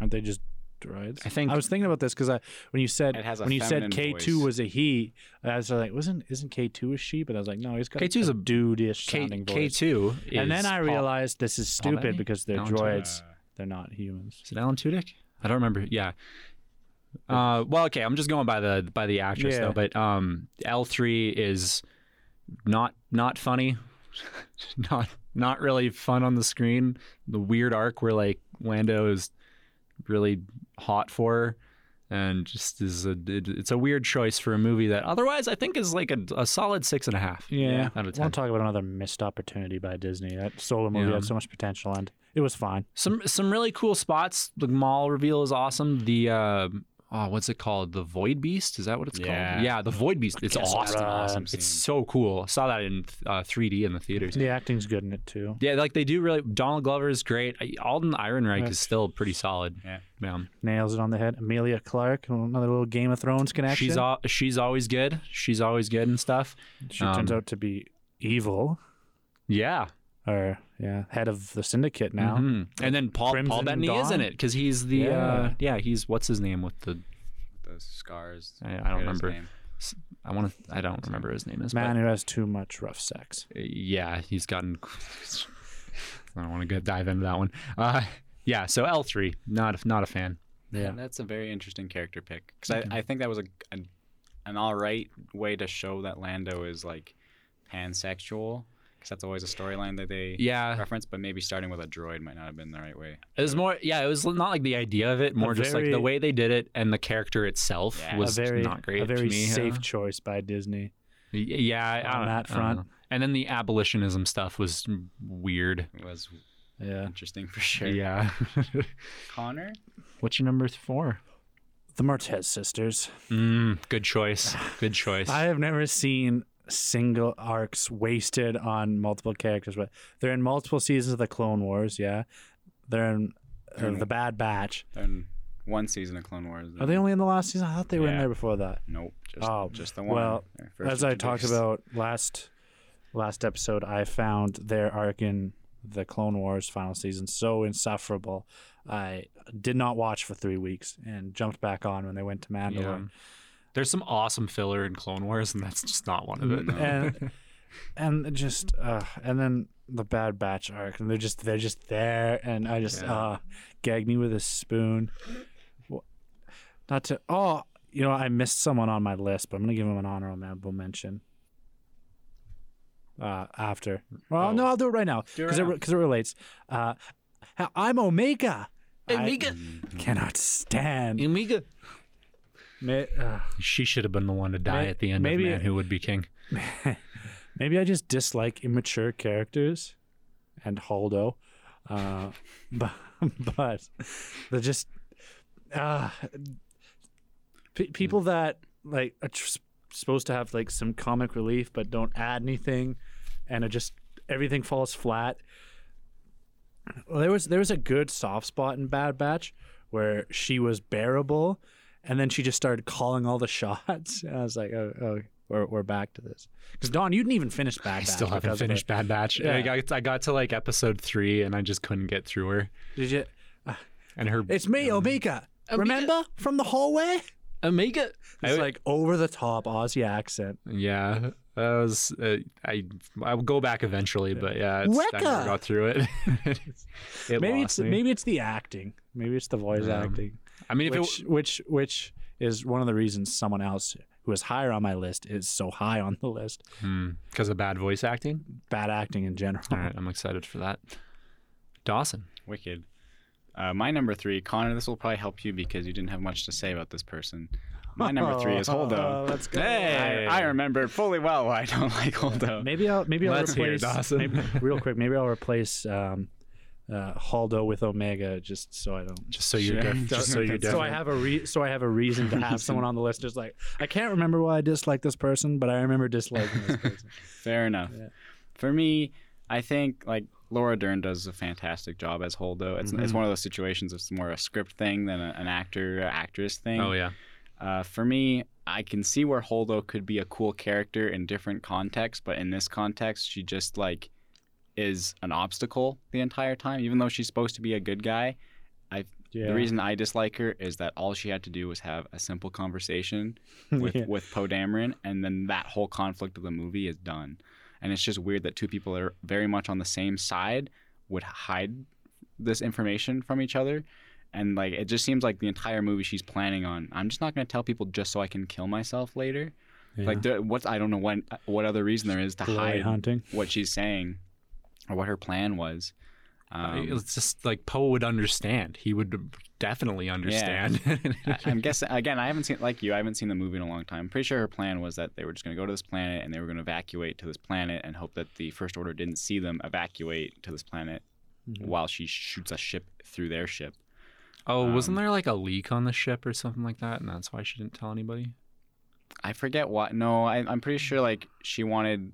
[SPEAKER 9] Aren't they just droids?
[SPEAKER 3] I think-
[SPEAKER 9] I was thinking about this because I when you said
[SPEAKER 2] It has a
[SPEAKER 9] when you said K
[SPEAKER 2] feminine
[SPEAKER 9] two
[SPEAKER 2] voice.
[SPEAKER 9] was a he, I was like, wasn't isn't K two a she? But I was like, no, he's got
[SPEAKER 3] K2 's
[SPEAKER 9] a
[SPEAKER 3] a-
[SPEAKER 9] dude-ish
[SPEAKER 3] K
[SPEAKER 9] sounding
[SPEAKER 3] K
[SPEAKER 9] voice.
[SPEAKER 3] two.
[SPEAKER 9] and then I realized this is
[SPEAKER 3] Paul
[SPEAKER 9] stupid
[SPEAKER 3] Bettany?
[SPEAKER 9] because they're
[SPEAKER 3] No, I'm sorry.
[SPEAKER 9] droids; they're not humans.
[SPEAKER 3] Is it Alan Tudyk? I don't remember. Yeah. Uh, well, okay. I'm just going by the by the actress
[SPEAKER 9] Yeah.
[SPEAKER 3] though. But um, L three is not not funny, *laughs* not not really fun on the screen. The weird arc where like Lando is really hot for her, and just is a it- it's a weird choice for a movie that otherwise I think is like a, a solid six and a half.
[SPEAKER 9] Yeah,
[SPEAKER 3] out of
[SPEAKER 9] I want
[SPEAKER 3] ten.
[SPEAKER 9] to talk about another missed opportunity by Disney. That solo movie
[SPEAKER 3] Yeah.
[SPEAKER 9] had so much potential, and it was fine.
[SPEAKER 3] some some really cool spots. The mall reveal is awesome. The uh, oh, what's it called? The Void Beast is that what it's
[SPEAKER 2] Yeah.
[SPEAKER 3] called? Yeah, the Void Beast. It's
[SPEAKER 9] Guess
[SPEAKER 3] awesome.
[SPEAKER 9] what, uh,
[SPEAKER 3] awesome.
[SPEAKER 2] I've
[SPEAKER 3] It's
[SPEAKER 2] seen.
[SPEAKER 3] so cool. I saw that in uh, 3D in the theaters.
[SPEAKER 9] The acting's good in it too.
[SPEAKER 3] Yeah, like they do really. Donald Glover is great. I- Alden Ehrenreich is still pretty solid.
[SPEAKER 2] Yeah.
[SPEAKER 3] man.
[SPEAKER 9] Nails it on the head. Amelia Clark, another little Game of Thrones connection.
[SPEAKER 3] She's al- she's always good. She's always good and stuff.
[SPEAKER 9] she turns
[SPEAKER 3] um,
[SPEAKER 9] out to be evil,
[SPEAKER 3] Yeah.
[SPEAKER 9] or yeah, head of the syndicate now.
[SPEAKER 3] Mhm. And then Paul Paul
[SPEAKER 9] Crimson
[SPEAKER 3] Bettany is
[SPEAKER 9] Dawn?
[SPEAKER 3] in it because he's the yeah. Uh, yeah he's what's his name with the
[SPEAKER 2] The scars.
[SPEAKER 3] I- I don't
[SPEAKER 2] forget his
[SPEAKER 3] remember.
[SPEAKER 2] name.
[SPEAKER 3] I want to I don't remember his name is but-
[SPEAKER 9] Man who has too much rough sex.
[SPEAKER 3] yeah, he's gotten. *laughs* I don't want to get dive into that one. Uh, yeah, so L three, not not a fan.
[SPEAKER 9] Yeah.
[SPEAKER 2] That's a very interesting character pick because I, I think that was a, an an all right way to show that Lando is like pansexual because that's always a storyline that they
[SPEAKER 3] Yeah,
[SPEAKER 2] reference. But maybe starting with a droid might not have been the right way.
[SPEAKER 3] it was more. Yeah, it was not like the idea of it, more just like
[SPEAKER 9] very-
[SPEAKER 3] the way they did it and the character itself
[SPEAKER 2] Yeah.
[SPEAKER 3] was
[SPEAKER 9] a very,
[SPEAKER 3] not great.
[SPEAKER 9] a very
[SPEAKER 3] to me.
[SPEAKER 9] safe
[SPEAKER 3] Uh,
[SPEAKER 9] choice by Disney.
[SPEAKER 3] yeah, I- I
[SPEAKER 9] on
[SPEAKER 3] don't-
[SPEAKER 9] that
[SPEAKER 3] I don't
[SPEAKER 9] front.
[SPEAKER 3] know. And then the abolitionism stuff was weird.
[SPEAKER 2] It was
[SPEAKER 9] Yeah.
[SPEAKER 2] interesting for sure.
[SPEAKER 3] Yeah. *laughs*
[SPEAKER 2] Connor.
[SPEAKER 3] What's your number four?
[SPEAKER 9] The Martez sisters.
[SPEAKER 3] Mm, Good choice. *laughs* Good choice.
[SPEAKER 9] I have never seen single arcs wasted on multiple characters, but they're in multiple seasons of the Clone Wars. Yeah, they're in uh, the Bad Batch.
[SPEAKER 2] And one season of Clone Wars.
[SPEAKER 9] Are they only in the last season? I thought they were in
[SPEAKER 2] Mm-hmm. Yeah.
[SPEAKER 9] there before that.
[SPEAKER 2] Nope. Just,
[SPEAKER 9] Oh,
[SPEAKER 2] just the one.
[SPEAKER 9] Well,
[SPEAKER 2] They're first
[SPEAKER 9] as I talked
[SPEAKER 2] introduced.
[SPEAKER 9] about last last episode, I found their arc in the Clone Wars final season so insufferable. I did not watch for three weeks and jumped back on when they went to Mandalore.
[SPEAKER 3] There's some awesome filler in Clone Wars, and that's just not one of it.
[SPEAKER 9] *laughs* and and it just uh, and then the Bad Batch arc, and they're just they're just there, and I just uh, gag me with a spoon. Wh- Not to oh, you know I missed someone on my list, but I'm gonna give him an honorable mention. Uh, after well, no, I'll Oh. do it right now because it because it relates. Uh, how- I'm Omega. Omega cannot stand. uh, Omega.
[SPEAKER 3] She should have been the one to die
[SPEAKER 9] May-
[SPEAKER 3] at the end
[SPEAKER 9] maybe-
[SPEAKER 3] of Man Who Would Be King.
[SPEAKER 9] Maybe I just dislike immature characters and Holdo. Uh, *laughs* but, but they're just uh, pe people that like are tr- supposed to have like some comic relief but don't add anything and it just everything falls flat. Well, there was there was a good soft spot in Bad Batch where she was bearable and then she just started calling all the *laughs* shots and I was like oh, oh we're, we're back to this because Don you didn't even finish Bad Batch
[SPEAKER 3] I still haven't
[SPEAKER 9] because of it.
[SPEAKER 3] finished Bad Batch. I,
[SPEAKER 9] Yeah.
[SPEAKER 3] got, I got to like episode three, and I just couldn't get through her
[SPEAKER 9] Did you-
[SPEAKER 3] and her.
[SPEAKER 9] It's me, Omega. Remember from the hallway?
[SPEAKER 3] Omega.
[SPEAKER 9] It's like over the top Aussie accent.
[SPEAKER 3] Yeah, that was. Uh, I I will go back eventually, but yeah, it's, I never
[SPEAKER 9] Weka!
[SPEAKER 3] got through it. *laughs* It
[SPEAKER 9] Maybe
[SPEAKER 3] lost
[SPEAKER 9] it's
[SPEAKER 3] me.
[SPEAKER 9] maybe it's the acting. Maybe it's the voice acting,
[SPEAKER 3] I mean, if
[SPEAKER 9] which
[SPEAKER 3] it,
[SPEAKER 9] which which is one of the reasons someone else who is higher on my list is so high on the list.
[SPEAKER 3] because hmm, of bad voice acting.
[SPEAKER 9] Bad acting in general.
[SPEAKER 3] All right, I'm excited for that. Dawson.
[SPEAKER 2] Wicked. Uh, my number three, Connor, this will probably help you because you didn't have much to say about this person. My
[SPEAKER 9] *laughs*
[SPEAKER 2] number three is Holdo.
[SPEAKER 9] Oh, Let's go.
[SPEAKER 2] I, I remember fully well why I don't *laughs* like Holdo.
[SPEAKER 9] Maybe I'll maybe I'll
[SPEAKER 3] Let's hear it,
[SPEAKER 9] replace
[SPEAKER 3] Dawson.
[SPEAKER 9] maybe- real quick. Maybe I'll replace um, uh, Haldo with Omega just so I don't
[SPEAKER 3] Just so you're diff- just so you're
[SPEAKER 9] So I
[SPEAKER 3] different.
[SPEAKER 9] have a re- so I have a reason to have *laughs* someone on the list. Just like I can't remember why I dislike this person, but I remember disliking *laughs* this person.
[SPEAKER 2] Fair enough. For me, I think like Laura Dern does a fantastic job as Holdo. It's
[SPEAKER 9] Mm-hmm.
[SPEAKER 2] it's one of those situations. It's more a script thing than a, an actor or actress thing.
[SPEAKER 3] Oh yeah.
[SPEAKER 2] Uh, for me, I can see where Holdo could be a cool character in different contexts, but in this context, she just like is an obstacle the entire time. Even though she's supposed to be a good guy, I
[SPEAKER 9] Yeah.
[SPEAKER 2] the
[SPEAKER 9] *laughs*
[SPEAKER 2] reason I dislike her is that all she had to do was have a simple conversation
[SPEAKER 9] *laughs*
[SPEAKER 2] with
[SPEAKER 9] Yeah.
[SPEAKER 2] with Poe Dameron, and then that whole conflict of the movie is done. And it's just weird that two people that are very much on the same side would hide this information from each other. And like it just seems like the entire movie she's planning on. I'm just not gonna tell people just so I can kill myself later. Like there, what's I don't know what what other reason there is to
[SPEAKER 9] Glory
[SPEAKER 2] hide
[SPEAKER 9] hunting.
[SPEAKER 2] what she's saying or what her plan was. Um,
[SPEAKER 3] it's just like Poe would understand. He would definitely understand.
[SPEAKER 2] I- I'm guessing again. I haven't seen like you. I haven't seen the movie in a long time. I'm pretty sure her plan was that they were just going to go to this planet and they were going to evacuate to this planet and hope that the First Order didn't see them evacuate to this planet while she shoots a ship through their ship.
[SPEAKER 3] oh, wasn't there like a leak on the ship or something like that, and that's why she didn't tell anybody?
[SPEAKER 2] I forget what. No, I, I'm pretty sure like she wanted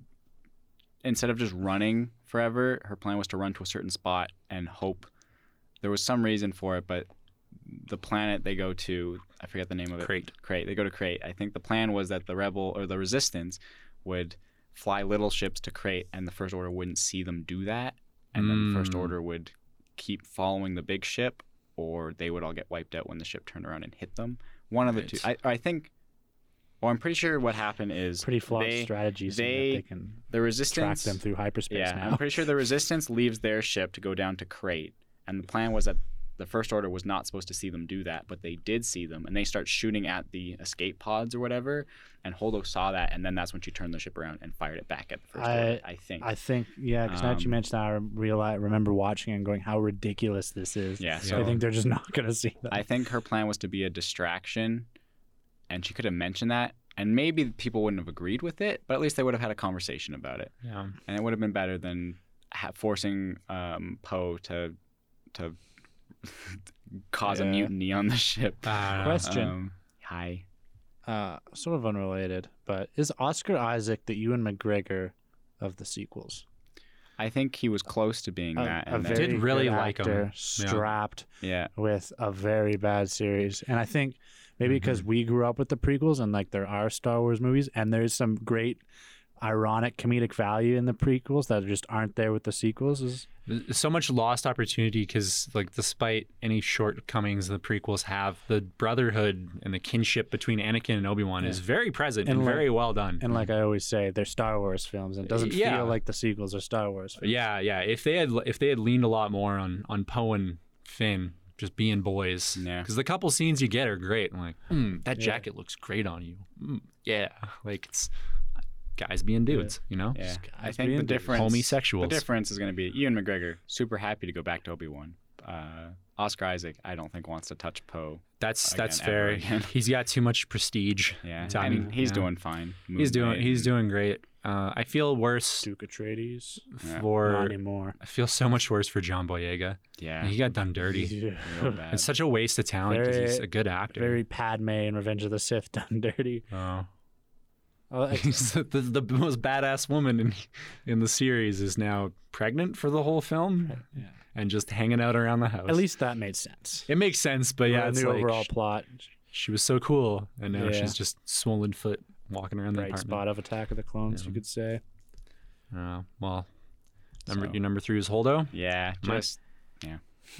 [SPEAKER 2] instead of just running forever, her plan was to run to a certain spot and hope. There was some reason for it, but the planet they go to, I forget the name of it.
[SPEAKER 3] Crate.
[SPEAKER 2] Crate. They go to Crate. I think the plan was that the rebel or the resistance would fly little ships to Crate, and the First Order wouldn't see them do that, and then the First
[SPEAKER 9] Mm.
[SPEAKER 2] Order would keep following the big ship, or they would all get wiped out when the ship turned around and hit them. One of the two. I, I think. Well, I'm pretty sure what happened is
[SPEAKER 9] Pretty flawed
[SPEAKER 2] they-
[SPEAKER 9] strategy so that
[SPEAKER 2] They,
[SPEAKER 9] they can
[SPEAKER 2] the
[SPEAKER 9] track
[SPEAKER 2] resistance
[SPEAKER 9] them through hyperspace
[SPEAKER 2] yeah, *laughs*
[SPEAKER 9] now.
[SPEAKER 2] I'm pretty sure the resistance leaves their ship to go down to Crate, and the plan was that the First Order was not supposed to see them do that, but they did see them, and they start shooting at the escape pods or whatever, and Holdo saw that, and then that's when she turned the ship around and fired it back at the First Order. I think.
[SPEAKER 9] I think yeah, because now that you
[SPEAKER 2] Um,
[SPEAKER 9] mentioned, that, I realize remember watching and going how ridiculous this is.
[SPEAKER 2] Yeah,
[SPEAKER 9] I
[SPEAKER 2] so-
[SPEAKER 9] think they're just *laughs* not gonna see that.
[SPEAKER 2] I think her plan was to be a distraction, and she could have mentioned that, and maybe people wouldn't have agreed with it, but at least they would have had a conversation about it.
[SPEAKER 3] Yeah.
[SPEAKER 2] and it would have been better than ha- forcing um, Poe to to *laughs* cause a
[SPEAKER 9] Yeah.
[SPEAKER 2] mutiny on the ship. *laughs*
[SPEAKER 3] Uh,
[SPEAKER 9] Question.
[SPEAKER 2] Um, hi.
[SPEAKER 9] uh, sort of unrelated, but is Oscar Isaac the Ewan McGregor of the sequels?
[SPEAKER 2] I think he was close to being
[SPEAKER 9] A-
[SPEAKER 2] that.
[SPEAKER 9] a
[SPEAKER 2] and then-
[SPEAKER 9] very
[SPEAKER 3] Did really
[SPEAKER 9] good
[SPEAKER 3] like him.
[SPEAKER 9] actor,
[SPEAKER 3] Yeah.
[SPEAKER 9] strapped
[SPEAKER 2] yeah.
[SPEAKER 9] with a very bad series, and I think maybe because
[SPEAKER 3] Mm-hmm.
[SPEAKER 9] we grew up with the prequels and like there are Star Wars movies, and there's some great ironic comedic value in the prequels that just aren't there with the sequels. Is
[SPEAKER 3] so much lost opportunity because like despite any shortcomings the prequels have the brotherhood and the kinship between anakin and obi-wan is very present and,
[SPEAKER 9] And, like-
[SPEAKER 3] very well done
[SPEAKER 9] and like I always say, they're Star Wars films, and it doesn't
[SPEAKER 3] Yeah.
[SPEAKER 9] feel like the sequels are Star Wars. Films.
[SPEAKER 3] yeah yeah if they had if they had leaned a lot more on on poe and finn just being boys
[SPEAKER 2] Yeah.
[SPEAKER 3] because the couple scenes you get are great I'm like "Mm, that jacket looks great on you Mm, yeah like it's guys being dudes you know
[SPEAKER 2] Yeah. I think
[SPEAKER 9] guys
[SPEAKER 2] the
[SPEAKER 9] being dudes.
[SPEAKER 2] difference
[SPEAKER 3] Homosexuals.
[SPEAKER 2] The difference is going to be Ewan McGregor super happy to go back to Obi Wan. Uh, Oscar Isaac, I don't think wants to touch Poe.
[SPEAKER 3] that's that's
[SPEAKER 2] Again, ever
[SPEAKER 3] fair
[SPEAKER 2] again.
[SPEAKER 3] *laughs* he's got too much prestige
[SPEAKER 2] Yeah,
[SPEAKER 3] to- I mean,
[SPEAKER 2] and he's
[SPEAKER 3] yeah.
[SPEAKER 2] doing fine.
[SPEAKER 3] He's
[SPEAKER 2] Moon
[SPEAKER 3] doing.
[SPEAKER 2] Knight.
[SPEAKER 3] He's doing great. Uh, I feel worse
[SPEAKER 9] Duke Atreides, not
[SPEAKER 3] for.
[SPEAKER 9] anymore.
[SPEAKER 3] I feel so much worse for John Boyega.
[SPEAKER 2] yeah,
[SPEAKER 3] He got done
[SPEAKER 9] *laughs*
[SPEAKER 3] dirty. *laughs*
[SPEAKER 2] real bad.
[SPEAKER 3] It's such a waste of talent because he's
[SPEAKER 9] Very-
[SPEAKER 3] a good actor.
[SPEAKER 9] Very Padme and Revenge of the Sith done *laughs* dirty.
[SPEAKER 2] *laughs*
[SPEAKER 3] Oh. *laughs*
[SPEAKER 9] Oh, that's-
[SPEAKER 3] He's the, the, the most badass woman in in the series is now pregnant for the whole film and just hanging out around the *laughs* house.
[SPEAKER 9] At least that made sense.
[SPEAKER 3] it makes sense, but
[SPEAKER 9] Yeah,
[SPEAKER 3] yeah, it's
[SPEAKER 9] the
[SPEAKER 3] like
[SPEAKER 9] overall
[SPEAKER 3] sh-
[SPEAKER 9] plot,
[SPEAKER 3] she was so cool, and now
[SPEAKER 9] Yeah.
[SPEAKER 3] she's just swollen foot walking around the
[SPEAKER 9] bright
[SPEAKER 3] apartment.
[SPEAKER 9] spot of Attack of the Clones,
[SPEAKER 3] Mm-hmm.
[SPEAKER 9] you could say.
[SPEAKER 3] Uh, well, number
[SPEAKER 2] So-
[SPEAKER 3] your number three is Holdo.
[SPEAKER 2] yeah,
[SPEAKER 3] My-
[SPEAKER 2] just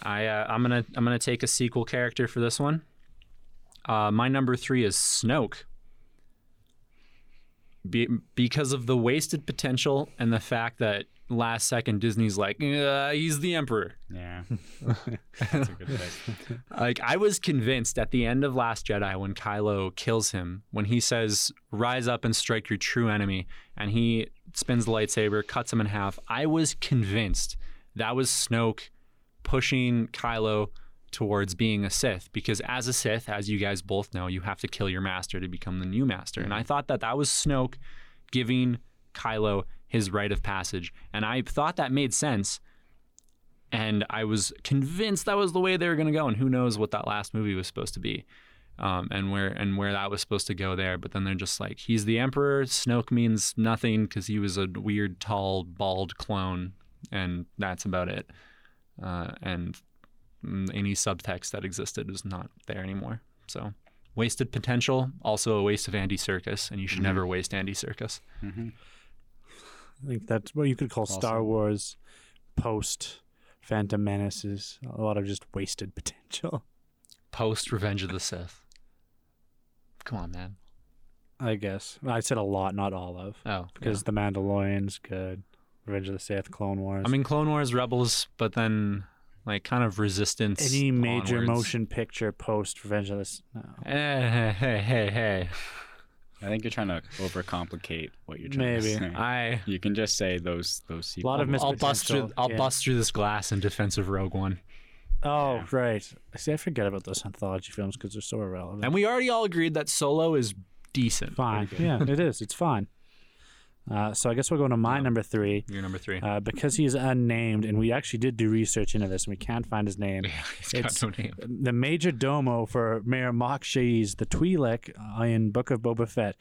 [SPEAKER 3] I uh, I'm gonna I'm gonna take a sequel character for this one. Uh, my number three is Snoke. Be- because of the wasted potential and the fact that last second Disney's like, "Uh, he's the emperor. *laughs*
[SPEAKER 2] yeah. That's a good
[SPEAKER 9] *laughs*
[SPEAKER 2] place.
[SPEAKER 3] Like I was convinced at the end of Last Jedi when Kylo kills him, when he says, "Rise up and strike your true enemy," and he spins the lightsaber, cuts him in half. I was convinced that was Snoke pushing Kylo towards being a Sith because as a Sith, as you guys both know, you have to kill your master to become the new master. And I thought that that was Snoke giving Kylo his rite of passage, and I thought that made sense and I was convinced that was the way they were going to go. And who knows what that last movie was supposed to be, um, and where and where that was supposed to go there. But then they're just like, he's the emperor. Snoke means nothing because he was a weird, tall, bald clone, and that's about it. Uh, and mm, any subtext that existed is not there anymore. So. Wasted potential, also a waste of Andy Circus, and you should never waste Andy Circus.
[SPEAKER 9] I think that's what you could call Star Wars post Phantom Menaces. A lot of just wasted *laughs* potential.
[SPEAKER 3] Post Revenge of the Sith. Come on, man.
[SPEAKER 9] I guess I said a lot, not all of,
[SPEAKER 3] Oh, yeah.
[SPEAKER 9] because The Mandalorian's good, Revenge of the Sith, Clone Wars.
[SPEAKER 3] I mean, Clone Wars, Rebels, but then like kind of resistance.
[SPEAKER 9] any major
[SPEAKER 3] onwards.
[SPEAKER 9] motion picture post Revenge of the Sith. No.
[SPEAKER 3] Eh, hey, hey, hey, hey.
[SPEAKER 2] I think you're trying to overcomplicate what you're trying
[SPEAKER 9] Maybe
[SPEAKER 2] to say.
[SPEAKER 3] I.
[SPEAKER 2] you can just say those those
[SPEAKER 9] A lot of
[SPEAKER 2] sequels.
[SPEAKER 9] mis-
[SPEAKER 3] I'll bust through.
[SPEAKER 9] potential,
[SPEAKER 3] I'll
[SPEAKER 9] yeah.
[SPEAKER 3] bust through this glass in defense of Rogue One,
[SPEAKER 9] Oh right. See, I forget about those anthology films because they're so irrelevant.
[SPEAKER 3] and we already all agreed that Solo is decent.
[SPEAKER 9] fine. Yeah, it is. It's fine. Uh, so I guess we'll go to my number three
[SPEAKER 3] Your number three. *laughs*
[SPEAKER 9] uh, because he's unnamed, and we actually did do research into this, and we can't find his name.
[SPEAKER 3] it's got
[SPEAKER 9] it's-
[SPEAKER 3] no name.
[SPEAKER 9] The major domo for Mayor Mokshaes, the Twi'lek uh, in Book of Boba Fett.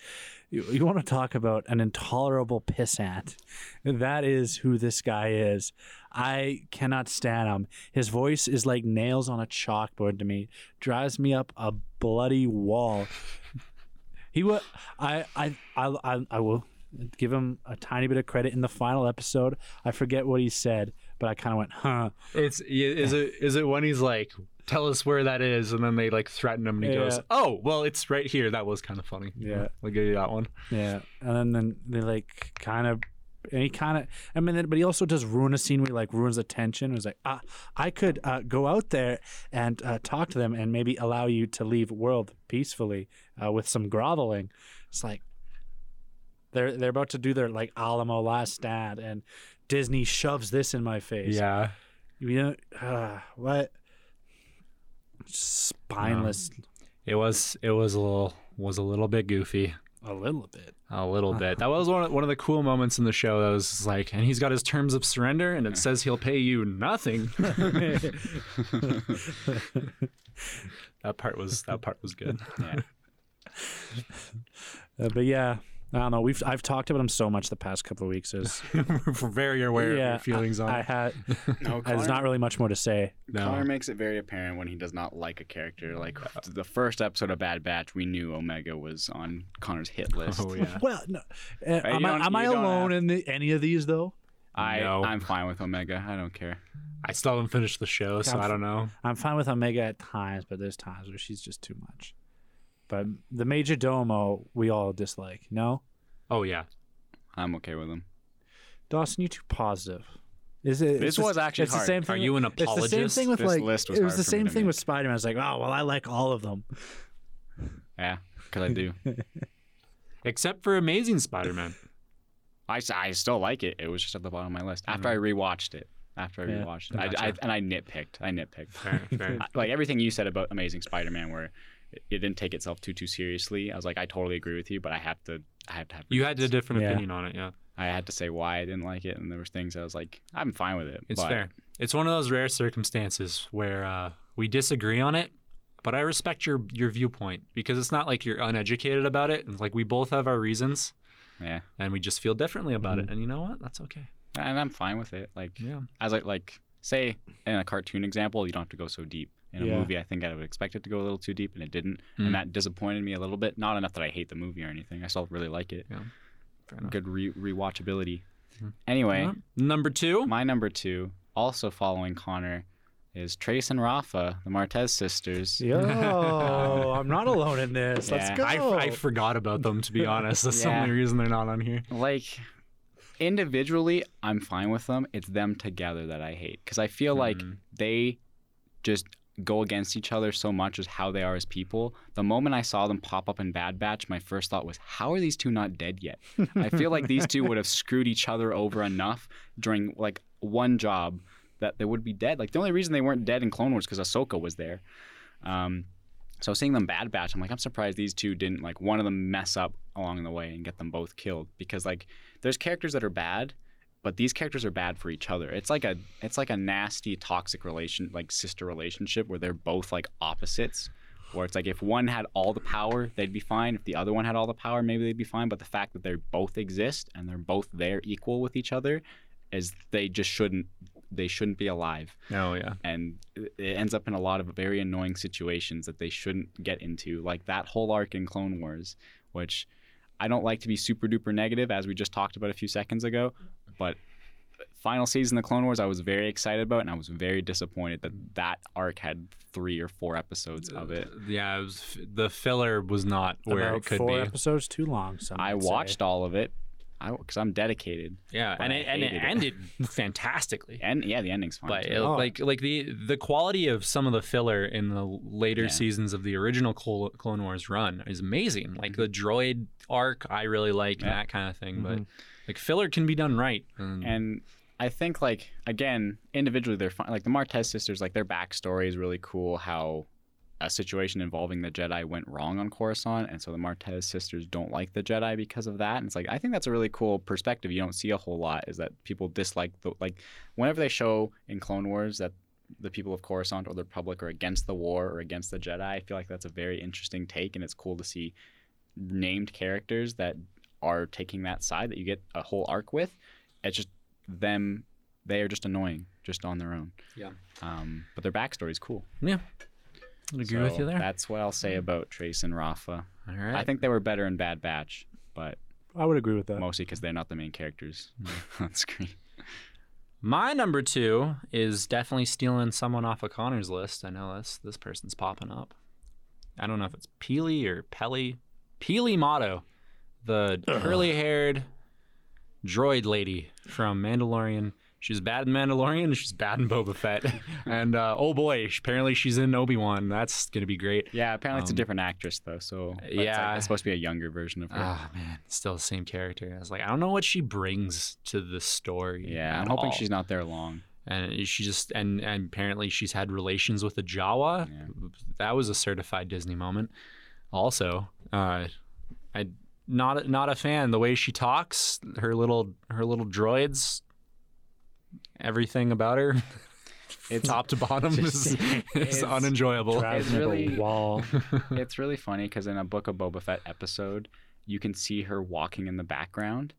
[SPEAKER 9] You, you want to talk about an intolerable pissant? That is who this guy is. I cannot stand him. His voice is like nails on a chalkboard to me. Drives me up a bloody wall. He was. I. I. I. I, I will give him a tiny bit of credit in the final episode. I forget what he said, but I kind of went, huh.
[SPEAKER 3] It's is it is it when he's like, tell us where that is, and then they like threaten him, and he goes,
[SPEAKER 9] Yeah.
[SPEAKER 3] oh, well, it's right here. That was kind of funny.
[SPEAKER 9] Yeah.
[SPEAKER 3] we'll give you that one.
[SPEAKER 9] Yeah, and then, then they like kind of, and he kind of, I mean, but he also does ruin a scene where he like ruins the tension. It was like, ah, I could uh, go out there and uh, talk to them and maybe allow you to leave world peacefully uh, with some groveling. It's like they're they're about to do their like Alamo Last Stand, and Disney shoves this in my face.
[SPEAKER 3] Yeah.
[SPEAKER 9] you know uh, what? Spineless.
[SPEAKER 3] It was it was a little was a little bit goofy.
[SPEAKER 9] a little bit.
[SPEAKER 3] A little bit. That was one of, one of the cool moments in the show. That was just like, and he's got his terms of surrender, and it says he'll pay you
[SPEAKER 9] *laughs*
[SPEAKER 3] nothing. *laughs* that part was that part was good.
[SPEAKER 2] Yeah.
[SPEAKER 9] Uh, but yeah, I don't know. We've I've talked about him so much the past couple of weeks. *laughs* Is
[SPEAKER 3] *laughs* We're very aware of
[SPEAKER 9] yeah,
[SPEAKER 3] your feelings
[SPEAKER 9] I,
[SPEAKER 3] on.
[SPEAKER 9] I
[SPEAKER 3] it.
[SPEAKER 9] had.
[SPEAKER 2] No,
[SPEAKER 9] There's not really much more to say.
[SPEAKER 3] no.
[SPEAKER 2] Connor makes it very apparent when he does not like a character. Like the first episode of Bad Batch, we knew Omega was on Connor's hit list.
[SPEAKER 3] Oh
[SPEAKER 9] *laughs*
[SPEAKER 3] yeah.
[SPEAKER 9] Well, no, uh, am
[SPEAKER 2] you
[SPEAKER 9] I,
[SPEAKER 2] don't-
[SPEAKER 9] am I
[SPEAKER 2] you don't
[SPEAKER 9] alone
[SPEAKER 2] have-
[SPEAKER 9] in the, any of these though?
[SPEAKER 2] I
[SPEAKER 3] No.
[SPEAKER 2] I'm fine with Omega. I don't care.
[SPEAKER 3] I still haven't finished the show, so
[SPEAKER 9] I'm-
[SPEAKER 3] I don't know.
[SPEAKER 9] I'm fine with Omega at times, but there's times where she's just too much. But the Major Domo, we all dislike. No,
[SPEAKER 3] Oh yeah.
[SPEAKER 2] I'm okay with him.
[SPEAKER 9] Dawson, you're too positive. Is it?
[SPEAKER 2] This
[SPEAKER 9] it's the-
[SPEAKER 2] was actually
[SPEAKER 9] it's
[SPEAKER 2] hard.
[SPEAKER 9] The same thing
[SPEAKER 3] Are you an
[SPEAKER 9] with- It's the same
[SPEAKER 3] apologist?
[SPEAKER 9] thing with
[SPEAKER 2] This
[SPEAKER 9] like.
[SPEAKER 2] list was
[SPEAKER 9] it was
[SPEAKER 2] hard
[SPEAKER 9] the
[SPEAKER 2] for me
[SPEAKER 9] same
[SPEAKER 2] to
[SPEAKER 9] thing
[SPEAKER 2] make.
[SPEAKER 9] with Spider-Man. I was like, oh well, I like all of *laughs* them.
[SPEAKER 2] Yeah, because I
[SPEAKER 9] *laughs*
[SPEAKER 2] do.
[SPEAKER 3] Except for Amazing Spider-Man.
[SPEAKER 2] I, s- I still like it. It was just at the bottom of my list after I rewatched it. After I
[SPEAKER 9] Yeah.
[SPEAKER 2] rewatched it, I, I, and I nitpicked. I nitpicked.
[SPEAKER 3] Fair, fair.
[SPEAKER 2] I- like everything you said about Amazing Spider-Man, where it it didn't take itself too too seriously. I was like, I totally agree with you, but I have to. I have to have.
[SPEAKER 3] You had a
[SPEAKER 2] reasons.
[SPEAKER 3] different
[SPEAKER 9] Yeah.
[SPEAKER 3] opinion on it, yeah.
[SPEAKER 2] I had to say why I didn't like it, and there was things I was like, I'm fine with it.
[SPEAKER 3] It's
[SPEAKER 2] but
[SPEAKER 3] fair. It's one of those rare circumstances where uh, we disagree on it, but I respect your your viewpoint because it's not like you're uneducated about it. It's like we both have our reasons
[SPEAKER 2] Yeah,
[SPEAKER 3] and we just feel differently about it. And you know what? That's okay.
[SPEAKER 2] and I'm fine with it. Like,
[SPEAKER 3] Yeah.
[SPEAKER 2] as I like say in a cartoon example, you don't have to go so deep. In a
[SPEAKER 9] Yeah.
[SPEAKER 2] movie, I think I would expect it to go a little too deep, and it didn't,
[SPEAKER 3] Mm.
[SPEAKER 2] and that disappointed me a little bit. Not enough that I hate the movie or anything. I still really like it.
[SPEAKER 3] Yeah. Mm-hmm. Fair enough.
[SPEAKER 2] Good re- rewatchability. Anyway,
[SPEAKER 3] Yeah. Number two.
[SPEAKER 2] my number two, also following Connor, is Trace and Rafa, the Martez sisters.
[SPEAKER 9] Yo, Oh, I'm not alone in this.
[SPEAKER 2] Yeah.
[SPEAKER 9] Let's go.
[SPEAKER 3] I, I forgot about them *laughs* to be honest. That's
[SPEAKER 2] Yeah.
[SPEAKER 3] the only reason they're not on here.
[SPEAKER 2] like individually i'm fine with them it's them together that i hate because i feel like they just go against each other so much as how they are as people the moment i saw them pop up in bad batch my first thought was how are these two not dead yet i feel like these two would have screwed each other over enough during like one job that they would be dead like the only reason they weren't dead in clone wars because ahsoka was there um, so seeing them Bad Batch, I'm like, I'm surprised these two didn't like one of them mess up along the way and get them both killed because like there's characters that are bad, but these characters are bad for each other. It's like a it's like a nasty toxic relation like sister relationship where they're both like opposites. Where it's like if one had all the power, they'd be fine. If the other one had all the power, maybe they'd be fine. But the fact that they both exist and they're both there equal with each other is they just shouldn't they shouldn't be alive
[SPEAKER 3] Oh yeah.
[SPEAKER 2] and it ends up in a lot of very annoying situations that they shouldn't get into, like that whole arc in Clone Wars, which I don't like to be super duper negative, as we just talked about a few seconds ago, but final season of Clone Wars, I was very excited about, and I was very disappointed that that arc had three or four episodes of it.
[SPEAKER 3] Yeah, it was, f- the filler was not where
[SPEAKER 9] About
[SPEAKER 3] it could
[SPEAKER 9] four
[SPEAKER 3] be.
[SPEAKER 9] episodes too long. Some
[SPEAKER 2] I
[SPEAKER 9] would say.
[SPEAKER 2] watched all of it, I because I'm dedicated,
[SPEAKER 3] Yeah,
[SPEAKER 2] but
[SPEAKER 3] and
[SPEAKER 2] I
[SPEAKER 3] it, and it
[SPEAKER 2] hated it.
[SPEAKER 3] ended fantastically.
[SPEAKER 2] and yeah, the ending's fine.
[SPEAKER 3] But
[SPEAKER 2] too.
[SPEAKER 3] it, like like the the quality of some of the filler in the later seasons of the original Col- Clone Wars run is amazing. Like
[SPEAKER 2] Mm-hmm.
[SPEAKER 3] the droid arc, I really liked and that kind of thing. But like filler can be done right. And,
[SPEAKER 2] Mm-hmm. and I think like again individually they're fine. Like the Martez sisters, like their backstory is really cool. How a situation involving the Jedi went wrong on Coruscant, and so the Martez sisters don't like the Jedi because of that. And it's like I think that's a really cool perspective. You don't see a whole lot is that people dislike the like whenever they show in Clone Wars that the people of Coruscant or the Republic are against the war or against the Jedi. I feel like that's a very interesting take, and it's cool to see named characters that are taking that side that you get a whole arc with. It's just them; they are just annoying, just on their own.
[SPEAKER 3] Yeah.
[SPEAKER 2] Um, but their backstory is cool.
[SPEAKER 3] yeah, I'd agree with
[SPEAKER 2] So
[SPEAKER 3] you there.
[SPEAKER 2] That's what I'll say about Trace and Rafa.
[SPEAKER 3] All right,
[SPEAKER 2] I think they were better in Bad Batch, but
[SPEAKER 9] I would agree with that.
[SPEAKER 2] mostly because they're not the main characters *laughs*
[SPEAKER 3] Mm.
[SPEAKER 2] on screen.
[SPEAKER 3] my number two is definitely stealing someone off of Connor's list. I know this this person's popping up. I don't know if it's Peely or Pelly. Peely Motto, the curly haired droid lady from Mandalorian. She's bad in Mandalorian. She's bad in Boba Fett. *laughs* and uh, oh boy, sh- apparently she's in Obi Wan. That's gonna be great.
[SPEAKER 2] Yeah, apparently it's a
[SPEAKER 3] Um,
[SPEAKER 2] different actress though, so but it's like-
[SPEAKER 3] yeah.
[SPEAKER 2] it's supposed to be a younger version of her.
[SPEAKER 3] Ah man, still the same character. I was like, I don't know what she brings to the story.
[SPEAKER 2] yeah, I'm
[SPEAKER 3] at
[SPEAKER 2] hoping
[SPEAKER 3] all.
[SPEAKER 2] she's not there long.
[SPEAKER 3] and she just and, and apparently she's had relations with a Jawa. That was a certified Disney moment. Also, uh, I not not a fan. The way she talks, her little her little droids, everything about her, *laughs*
[SPEAKER 2] It's
[SPEAKER 3] top to
[SPEAKER 9] *laughs*
[SPEAKER 3] bottom, is, is
[SPEAKER 2] it's-
[SPEAKER 3] unenjoyable.
[SPEAKER 9] Drives me up
[SPEAKER 2] really-
[SPEAKER 9] a wall. Hmm.
[SPEAKER 2] it's really funny because in a Book of Boba Fett episode, you can see her walking in the background,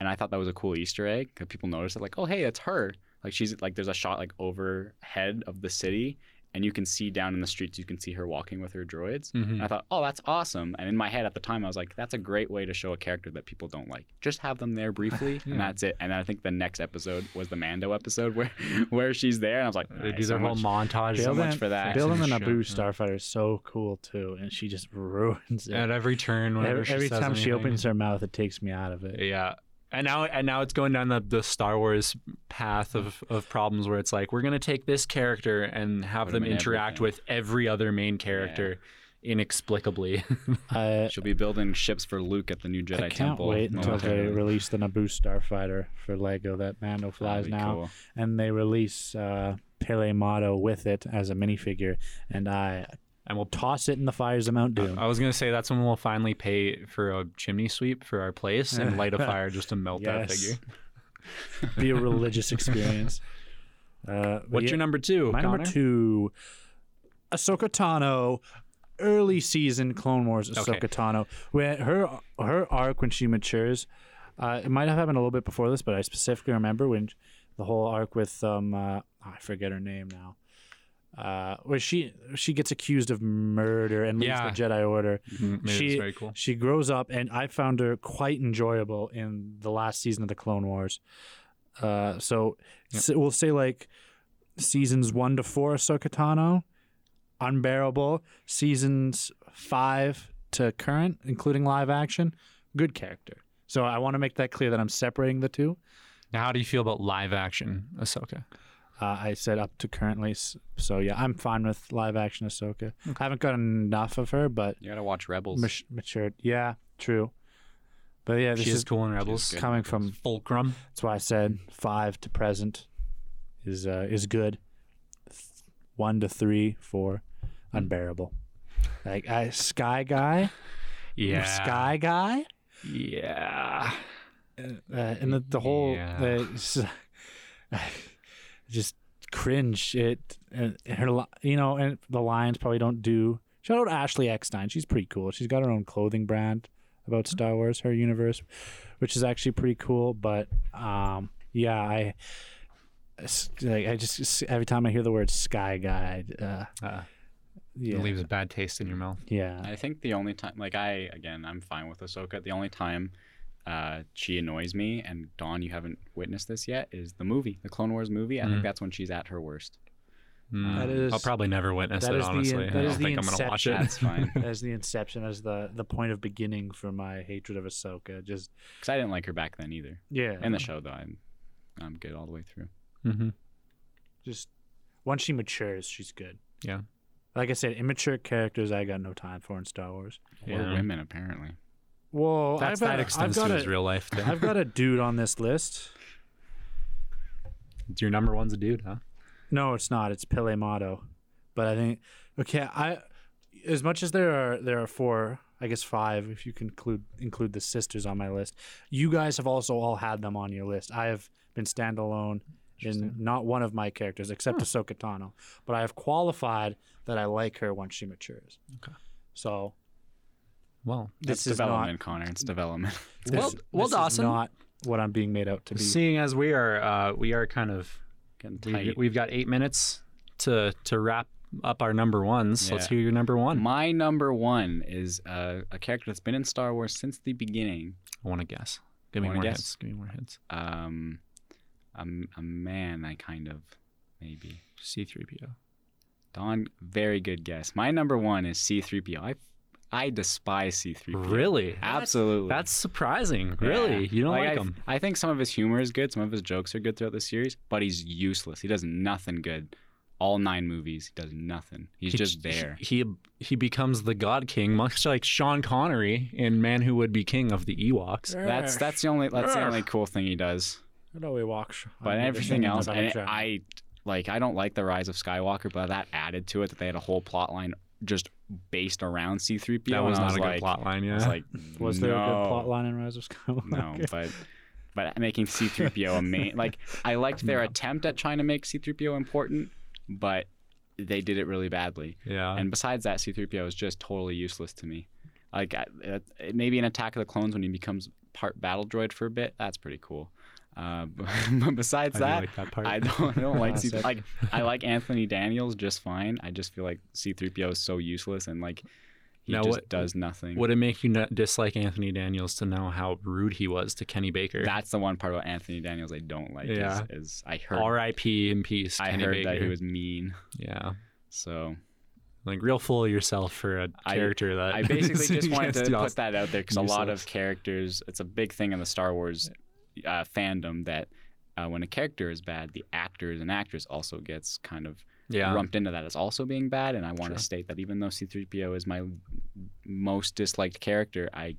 [SPEAKER 2] and I thought that was a cool Easter egg because people notice it, like, oh hey, it's her. Like she's like, there's a shot like overhead of the city, and you can see down in the streets, you can see her walking with her droids.
[SPEAKER 3] Mm-hmm.
[SPEAKER 2] And
[SPEAKER 9] Hmm.
[SPEAKER 2] I thought, oh, that's awesome. And in my head at the time, I was like, that's a great way to show a character that people don't like. Just have them
[SPEAKER 9] *laughs*
[SPEAKER 2] there briefly, and that's it. And then I think the next episode was the Mando episode where *laughs* where she's there, and I was like,
[SPEAKER 3] They
[SPEAKER 2] "Nice,
[SPEAKER 3] do
[SPEAKER 2] so
[SPEAKER 3] their whole
[SPEAKER 2] much-
[SPEAKER 3] montage.
[SPEAKER 2] so
[SPEAKER 9] Bail
[SPEAKER 2] much
[SPEAKER 9] in-
[SPEAKER 2] for that.
[SPEAKER 9] Bail in
[SPEAKER 3] Shit.
[SPEAKER 9] and Naboo Starfighter is so cool too, and she just *laughs* ruins it.
[SPEAKER 3] At every turn, whenever
[SPEAKER 9] Every,
[SPEAKER 3] she
[SPEAKER 9] every
[SPEAKER 3] says
[SPEAKER 9] time she
[SPEAKER 3] anything.
[SPEAKER 9] opens her mouth, it takes me out of it.
[SPEAKER 3] Yeah. And now and now it's going down the, the Star Wars path of, of problems where it's like we're gonna take this character and have
[SPEAKER 2] Put
[SPEAKER 3] them
[SPEAKER 2] him in
[SPEAKER 3] interact
[SPEAKER 2] everything.
[SPEAKER 3] with every other main character inexplicably. *laughs*
[SPEAKER 9] I,
[SPEAKER 2] She'll be building ships for Luke at the new Jedi
[SPEAKER 9] I can't
[SPEAKER 2] Temple.
[SPEAKER 9] wait until they
[SPEAKER 2] momentarily.
[SPEAKER 9] release the Naboo Starfighter for Lego that Mando
[SPEAKER 2] That'd
[SPEAKER 9] flies
[SPEAKER 2] be
[SPEAKER 9] now,
[SPEAKER 2] cool.
[SPEAKER 9] and they release uh, Pele Motto with it as a minifigure, and I
[SPEAKER 3] and we'll
[SPEAKER 9] toss it in the fires of
[SPEAKER 3] *laughs*
[SPEAKER 9] Mount Doom.
[SPEAKER 3] I was gonna say that's when we'll finally pay for a chimney sweep for our place and *laughs* light a fire just to melt that
[SPEAKER 9] Yes.
[SPEAKER 3] figure.
[SPEAKER 9] be a
[SPEAKER 3] *laughs*
[SPEAKER 9] religious experience. Uh, but
[SPEAKER 3] What's
[SPEAKER 9] yeah,
[SPEAKER 3] your number two?
[SPEAKER 9] My number
[SPEAKER 3] Connor?
[SPEAKER 9] two, Ahsoka Tano, early season Clone Wars Ahsoka
[SPEAKER 3] Okay.
[SPEAKER 9] Tano, where her her arc when she matures, uh, it might have happened a little bit before this, but I specifically remember when the whole arc with um uh, I forget her name now. Uh, where she she gets accused of murder and leaves
[SPEAKER 3] Yeah.
[SPEAKER 9] the Jedi Order.
[SPEAKER 3] Mm, it's
[SPEAKER 9] She
[SPEAKER 3] very cool.
[SPEAKER 9] she grows up, and I found her quite enjoyable in the last season of the Clone Wars. Uh, so, s- we'll say like seasons one to four, Ahsoka Tano, unbearable. Seasons five to current, including live action, good character. So I want to make that clear that I'm separating the two.
[SPEAKER 3] Now, how do you feel about live action Ahsoka?
[SPEAKER 9] Uh, I said up to currently, s- so yeah, I'm fine with live action Ahsoka. I haven't got enough of her, but
[SPEAKER 2] You gotta watch Rebels.
[SPEAKER 9] mat- matured. Yeah, true. But yeah, this
[SPEAKER 3] She
[SPEAKER 9] is
[SPEAKER 3] is cool in Rebels.
[SPEAKER 2] good.
[SPEAKER 9] coming from
[SPEAKER 3] Fulcrum.
[SPEAKER 9] That's why I said five to present is uh, is good. Th- One to three, four, unbearable. Like I, Sky Guy,
[SPEAKER 3] Yeah.
[SPEAKER 9] Sky Guy,
[SPEAKER 3] Yeah.
[SPEAKER 9] uh, and the, the whole
[SPEAKER 3] Yeah.
[SPEAKER 9] uh, *laughs* s- just cringe. It and her, li- you know, and the lines probably don't do. Shout out Ashley Eckstein. She's pretty cool. She's got her own clothing brand about Star Wars, her universe, which is actually pretty cool. But um, yeah, I. s- Like I just every time I hear the word sky guy, uh,
[SPEAKER 3] Uh,
[SPEAKER 9] yeah,
[SPEAKER 3] It leaves a bad taste in your mouth.
[SPEAKER 2] *laughs*
[SPEAKER 9] yeah,
[SPEAKER 2] I think the only time, like I again, I'm fine with Ahsoka. The only time uh, she annoys me, and Dawn, you haven't witnessed this yet, is the movie, the Clone Wars movie. I think that's when she's at her worst.
[SPEAKER 3] Mm.
[SPEAKER 9] That is-
[SPEAKER 3] I'll probably never witness
[SPEAKER 9] that
[SPEAKER 3] it,
[SPEAKER 9] is the-
[SPEAKER 3] honestly.
[SPEAKER 9] that
[SPEAKER 3] I
[SPEAKER 9] is
[SPEAKER 3] don't
[SPEAKER 9] the
[SPEAKER 3] think I'm going to watch it. *laughs*
[SPEAKER 2] That's
[SPEAKER 9] *laughs*
[SPEAKER 2] fine
[SPEAKER 9] as the inception, as the the point of beginning for my hatred of Ahsoka. Just
[SPEAKER 2] because I didn't like her back then either.
[SPEAKER 9] yeah,
[SPEAKER 2] In the show though, I'm I'm good all the way through.
[SPEAKER 3] hmm
[SPEAKER 9] just once she matures, she's good.
[SPEAKER 3] Yeah.
[SPEAKER 9] Like I said, immature characters I got no time for in Star Wars.
[SPEAKER 3] Yeah.
[SPEAKER 2] Or women apparently.
[SPEAKER 9] Well,
[SPEAKER 3] That's,
[SPEAKER 9] I've
[SPEAKER 3] that
[SPEAKER 9] got,
[SPEAKER 3] extends
[SPEAKER 9] I've got
[SPEAKER 3] to
[SPEAKER 9] a,
[SPEAKER 3] his real life. though.
[SPEAKER 9] I've got a dude on this list.
[SPEAKER 3] Your number one's a dude, huh?
[SPEAKER 9] No, it's not. It's Pele Motto. But I think okay, I as much as there are there are four, I guess five if you can include include the sisters on my list. You guys have also all had them on your list. I have been standalone in not one of my characters except Ahsoka Tano, but I have qualified that I like her once she matures. Okay. So
[SPEAKER 3] Well,
[SPEAKER 9] this
[SPEAKER 2] That's
[SPEAKER 9] is
[SPEAKER 2] development,
[SPEAKER 9] not
[SPEAKER 2] Connor. It's development.
[SPEAKER 9] this,
[SPEAKER 3] Well- well,
[SPEAKER 9] this
[SPEAKER 3] Dawson.
[SPEAKER 9] Is not what I'm being made out to be.
[SPEAKER 3] seeing as we are, uh, we are kind of
[SPEAKER 2] Getting tight.
[SPEAKER 3] We've, we've got eight minutes to to wrap up our number ones. Let's
[SPEAKER 2] Yeah.
[SPEAKER 3] hear your number one.
[SPEAKER 2] My number one is uh, a character that's been in Star Wars since the beginning.
[SPEAKER 3] I want to guess. Give me
[SPEAKER 2] Wanna
[SPEAKER 3] more
[SPEAKER 2] guess?
[SPEAKER 3] hints. Give me more hints.
[SPEAKER 2] Um, a, m- a man, I kind of maybe.
[SPEAKER 3] C3PO.
[SPEAKER 2] Don, very good guess. My number one is C-3PO. I, I despise C-3PO.
[SPEAKER 3] Really?
[SPEAKER 2] Absolutely.
[SPEAKER 3] That's surprising. Really?
[SPEAKER 2] Yeah.
[SPEAKER 3] You don't like,
[SPEAKER 2] I,
[SPEAKER 3] him?
[SPEAKER 2] I think some of his humor is good. Some of his jokes are good throughout the series, but he's useless. He does nothing good. All nine movies, he does nothing. He's just there.
[SPEAKER 3] He, he he becomes the God King, much like Sean Connery in Man Who Would Be King of the Ewoks.
[SPEAKER 2] That's that's the only that's the only cool thing he does.
[SPEAKER 9] No, we walk. sh-
[SPEAKER 2] but
[SPEAKER 9] under the
[SPEAKER 3] *laughs*
[SPEAKER 2] everything
[SPEAKER 9] shade of
[SPEAKER 2] else,
[SPEAKER 9] the
[SPEAKER 2] and it-
[SPEAKER 9] Bajaj.
[SPEAKER 2] I like. I don't like the Rise of Skywalker, but that added to it that they had a whole plot line just based around C3PO.
[SPEAKER 3] That was
[SPEAKER 2] and I
[SPEAKER 3] not a good
[SPEAKER 2] like,
[SPEAKER 3] plot line, yeah.
[SPEAKER 2] I was like,
[SPEAKER 9] *laughs* Was there
[SPEAKER 2] "No."
[SPEAKER 9] a good plot line in Rise of
[SPEAKER 2] *laughs*
[SPEAKER 9] Skywalker?
[SPEAKER 2] No, but but making C3PO a
[SPEAKER 3] *laughs*
[SPEAKER 2] main like I liked their attempt at trying to make C3PO important, but they did it really badly.
[SPEAKER 3] yeah.
[SPEAKER 2] And besides that, C3PO is just totally useless to me. Like I, it, it- maybe in Attack of the Clones when he becomes part battle droid for a bit, that's pretty cool. Uh, *laughs* but, but besides
[SPEAKER 3] I do
[SPEAKER 2] that,
[SPEAKER 3] like that part.
[SPEAKER 2] I don't I don't
[SPEAKER 3] *laughs*
[SPEAKER 2] like C-
[SPEAKER 9] Classic.
[SPEAKER 2] like I like Anthony Daniels just fine. I just feel like C3PO is so useless and like he
[SPEAKER 3] Now
[SPEAKER 2] just
[SPEAKER 3] what-
[SPEAKER 2] does nothing.
[SPEAKER 3] Would it make you not dislike Anthony Daniels to know how rude he was to Kenny *laughs* Baker?
[SPEAKER 2] That's the one part about Anthony Daniels I don't like. is-
[SPEAKER 3] Yeah.
[SPEAKER 2] Is, I heard
[SPEAKER 3] R.I.P. in peace,
[SPEAKER 2] I
[SPEAKER 3] Kenny
[SPEAKER 2] heard
[SPEAKER 3] Baker.
[SPEAKER 2] that he was mean.
[SPEAKER 3] yeah,
[SPEAKER 2] So
[SPEAKER 3] like real full of yourself for a
[SPEAKER 2] I-
[SPEAKER 3] character that *laughs*
[SPEAKER 2] I basically just wanted
[SPEAKER 3] gets
[SPEAKER 2] to
[SPEAKER 3] all-
[SPEAKER 2] put that out there because a lot
[SPEAKER 3] useless.
[SPEAKER 2] of characters. It's a big thing in the Star Wars uh, fandom that uh, when a character is bad, the actors and actress also gets kind of
[SPEAKER 3] yeah.
[SPEAKER 2] lumped into that as also being bad. And I want to state that even though C-3PO is my most disliked character, I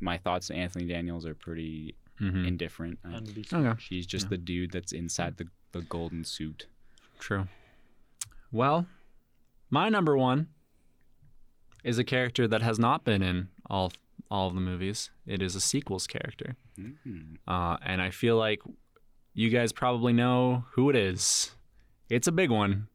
[SPEAKER 2] my thoughts to Anthony Daniels are pretty
[SPEAKER 3] Mhm.
[SPEAKER 2] indifferent. I-
[SPEAKER 3] Okay,
[SPEAKER 2] she's just the dude that's
[SPEAKER 3] Mm.
[SPEAKER 2] inside the, the golden suit.
[SPEAKER 3] true. Well, my number one is a character that has not been in all all of the movies. It is a sequels character,
[SPEAKER 2] Mm.
[SPEAKER 3] uh, and I feel like you guys probably know who it is. It's a big one.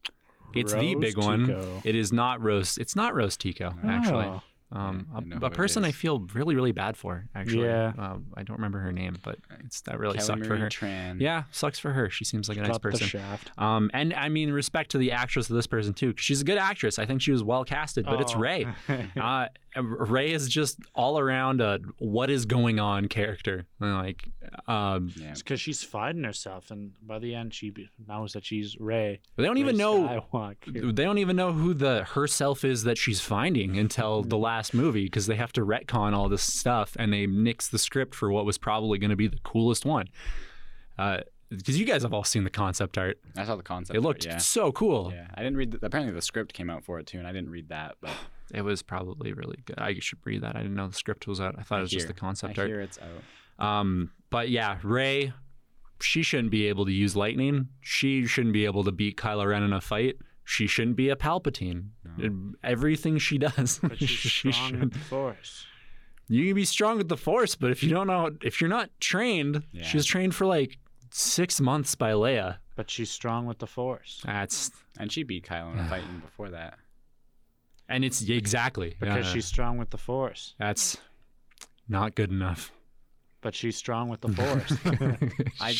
[SPEAKER 3] It's the
[SPEAKER 9] Rose
[SPEAKER 3] big one.
[SPEAKER 9] Tico.
[SPEAKER 3] It is not Rose. It's not Rose Tico, actually.
[SPEAKER 9] Oh.
[SPEAKER 3] Um,
[SPEAKER 2] I know
[SPEAKER 3] a-
[SPEAKER 2] who
[SPEAKER 3] a,
[SPEAKER 2] it
[SPEAKER 3] person I
[SPEAKER 2] is.
[SPEAKER 3] feel really, really bad for, actually.
[SPEAKER 9] Yeah.
[SPEAKER 3] Um, I don't remember her name, but it's that really
[SPEAKER 2] Kelly
[SPEAKER 3] sucked for
[SPEAKER 2] Marie
[SPEAKER 3] her.
[SPEAKER 2] Tran.
[SPEAKER 3] yeah, sucks for her. She seems like a nice
[SPEAKER 9] Drop the
[SPEAKER 3] person.
[SPEAKER 9] shaft.
[SPEAKER 3] Um, and I mean, respect to the actress of this person too. 'cause She's a good actress. I think she was well casted, but it's
[SPEAKER 9] Oh.
[SPEAKER 3] Ray. *laughs* uh, Ray is just all around a what is going on character. Like, um,
[SPEAKER 2] Yeah.
[SPEAKER 9] *laughs* It's because she's finding herself, and by the end, she be- knows that she's Ray.
[SPEAKER 3] they don't even know.
[SPEAKER 9] Skywalker.
[SPEAKER 3] They don't even know who the herself is that she's finding until
[SPEAKER 2] Mm.
[SPEAKER 3] the last movie because they have to retcon all this stuff and they nix the script for what was probably going to be the coolest one. Because you guys have all seen the concept art,
[SPEAKER 2] I saw the concept.
[SPEAKER 3] it
[SPEAKER 2] art,
[SPEAKER 3] looked
[SPEAKER 2] yeah.
[SPEAKER 3] so cool.
[SPEAKER 2] Yeah, I didn't read. The, apparently, the script came out for it too, and I didn't read that.
[SPEAKER 3] *sighs*
[SPEAKER 2] But
[SPEAKER 3] It was probably really good. I should read that. I didn't know the script was out. I thought it was just the concept
[SPEAKER 2] I
[SPEAKER 3] art.
[SPEAKER 2] hear it's out.
[SPEAKER 3] Um, but yeah, Ray, she shouldn't be able to use lightning. She shouldn't be able to beat Kylo Ren in a fight. She shouldn't be a Palpatine. And Everything she does,
[SPEAKER 9] *laughs* But she's
[SPEAKER 3] *laughs* she
[SPEAKER 9] strong in
[SPEAKER 3] should.
[SPEAKER 9] the Force.
[SPEAKER 3] You can be strong with the Force, but if you don't know, if you're not trained,
[SPEAKER 2] Yeah.
[SPEAKER 3] she was trained for like six months by Leia.
[SPEAKER 9] But she's strong with the Force
[SPEAKER 3] That's
[SPEAKER 2] And she beat Kylo in
[SPEAKER 3] *sighs*
[SPEAKER 2] a fight even before
[SPEAKER 3] *laughs*
[SPEAKER 2] that.
[SPEAKER 3] and it's exactly
[SPEAKER 9] because
[SPEAKER 3] yeah.
[SPEAKER 9] she's strong with the Force.
[SPEAKER 3] that's not good enough.
[SPEAKER 9] But she's
[SPEAKER 3] *laughs*
[SPEAKER 9] strong with the Force. *laughs*
[SPEAKER 2] I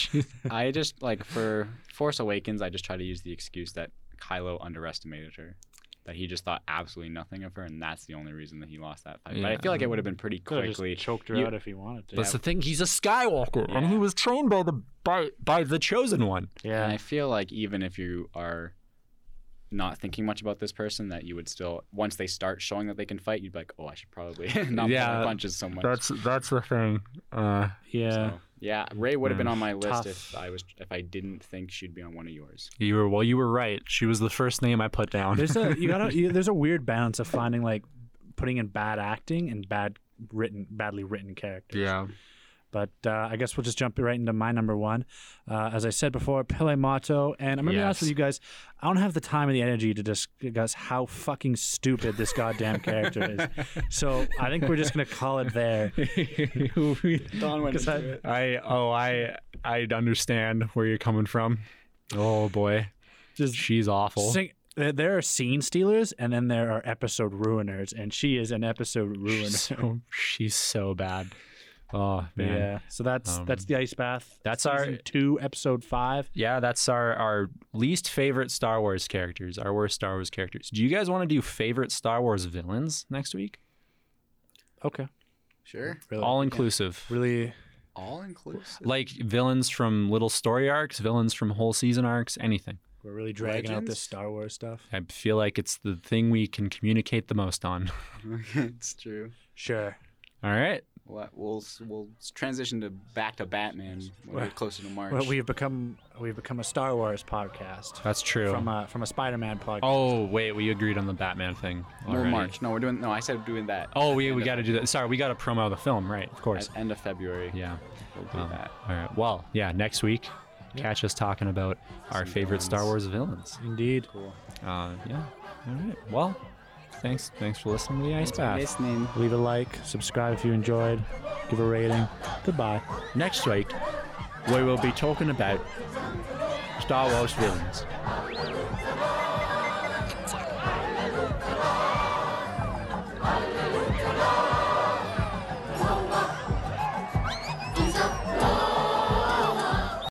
[SPEAKER 2] I just like for Force Awakens, I just try to use the excuse that Kylo underestimated her, that he just thought absolutely nothing of her, and that's the only reason that he lost that fight. But I feel like it would have been pretty
[SPEAKER 9] Could have
[SPEAKER 2] quickly.
[SPEAKER 9] just choked her
[SPEAKER 2] You-
[SPEAKER 9] out if he wanted to.
[SPEAKER 3] That's the thing. He's a Skywalker, and
[SPEAKER 2] Yeah.
[SPEAKER 3] he was trained by the by, by the chosen one.
[SPEAKER 9] yeah,
[SPEAKER 2] And I feel like even if you are not thinking much about this person, that you would still once they start showing that they can fight, you'd be like, oh, I should probably *laughs* not pull
[SPEAKER 3] Yeah,
[SPEAKER 2] my punches so much.
[SPEAKER 3] that's the thing. Uh,
[SPEAKER 9] yeah. Mm,
[SPEAKER 2] So, yeah, Ray would have been on my list
[SPEAKER 9] Tough.
[SPEAKER 2] if I was if I didn't think she'd be on one of yours.
[SPEAKER 3] you were well. You were right. She was the first name I put down. *laughs*
[SPEAKER 9] There's a you gotta you, there's a weird balance of finding like putting in bad acting and bad written badly written characters.
[SPEAKER 3] yeah,
[SPEAKER 9] But uh, I guess we'll just jump right into my number one. Uh, as I said before, Pele Mato. And I'm going to be
[SPEAKER 3] Yes.
[SPEAKER 9] honest with you guys, I don't have the time and the energy to discuss how fucking stupid this goddamn character
[SPEAKER 3] *laughs*
[SPEAKER 9] is. So I think we're just going to call it there.
[SPEAKER 2] Don went
[SPEAKER 9] 'Cause I- into
[SPEAKER 3] I oh I I understand where you're coming from. Oh boy,
[SPEAKER 9] Just
[SPEAKER 3] she's awful.
[SPEAKER 9] sing- there- there are scene stealers and then there are episode ruiners. And she is an episode ruiner.
[SPEAKER 3] She's so, *laughs* she's so bad. Oh man.
[SPEAKER 9] Yeah. So that's
[SPEAKER 3] Um,
[SPEAKER 9] that's the ice bath.
[SPEAKER 3] that's our-
[SPEAKER 9] Season two, episode five.
[SPEAKER 3] Yeah, that's our, our least favorite Star Wars characters, our worst Star Wars characters. Do you guys want to do favorite Star Wars villains next week?
[SPEAKER 9] Okay.
[SPEAKER 2] Sure.
[SPEAKER 9] Really,
[SPEAKER 3] All inclusive.
[SPEAKER 9] really
[SPEAKER 2] All inclusive.
[SPEAKER 3] Like villains from little story arcs, villains from whole season arcs, anything.
[SPEAKER 9] we're really dragging out
[SPEAKER 2] Legends?
[SPEAKER 9] this Star Wars stuff.
[SPEAKER 3] I feel like it's the thing we can communicate the most on.
[SPEAKER 2] *laughs*
[SPEAKER 3] *laughs*
[SPEAKER 2] it's true.
[SPEAKER 9] Sure.
[SPEAKER 3] All right.
[SPEAKER 2] We'll we'll, we'll transition to back to Batman when we're
[SPEAKER 9] Well-
[SPEAKER 2] closer to March.
[SPEAKER 9] Well, we've become we've become a Star Wars podcast
[SPEAKER 3] That's true.
[SPEAKER 9] from a from a Spider-Man podcast.
[SPEAKER 3] uh, oh, wait, we agreed on the Batman thing.
[SPEAKER 2] no
[SPEAKER 3] already.
[SPEAKER 2] March. No, we're doing. No, I said doing that.
[SPEAKER 3] Oh, we, we got to do that. Sorry, we got to promo the film, right? Of course.
[SPEAKER 2] At end of February.
[SPEAKER 3] Yeah.
[SPEAKER 2] We'll do
[SPEAKER 3] Um,
[SPEAKER 2] that.
[SPEAKER 3] All right. Well, yeah, next week, catch us talking about our favorite Star Wars villains.
[SPEAKER 9] Indeed.
[SPEAKER 3] Uh, yeah. All right. Well, Thanks, thanks for listening to the Ice
[SPEAKER 9] Oh.
[SPEAKER 3] Bath.
[SPEAKER 2] Listening.
[SPEAKER 9] Leave a like, subscribe if you enjoyed, give a rating. Goodbye.
[SPEAKER 3] Next week, we will be talking about Star Wars villains.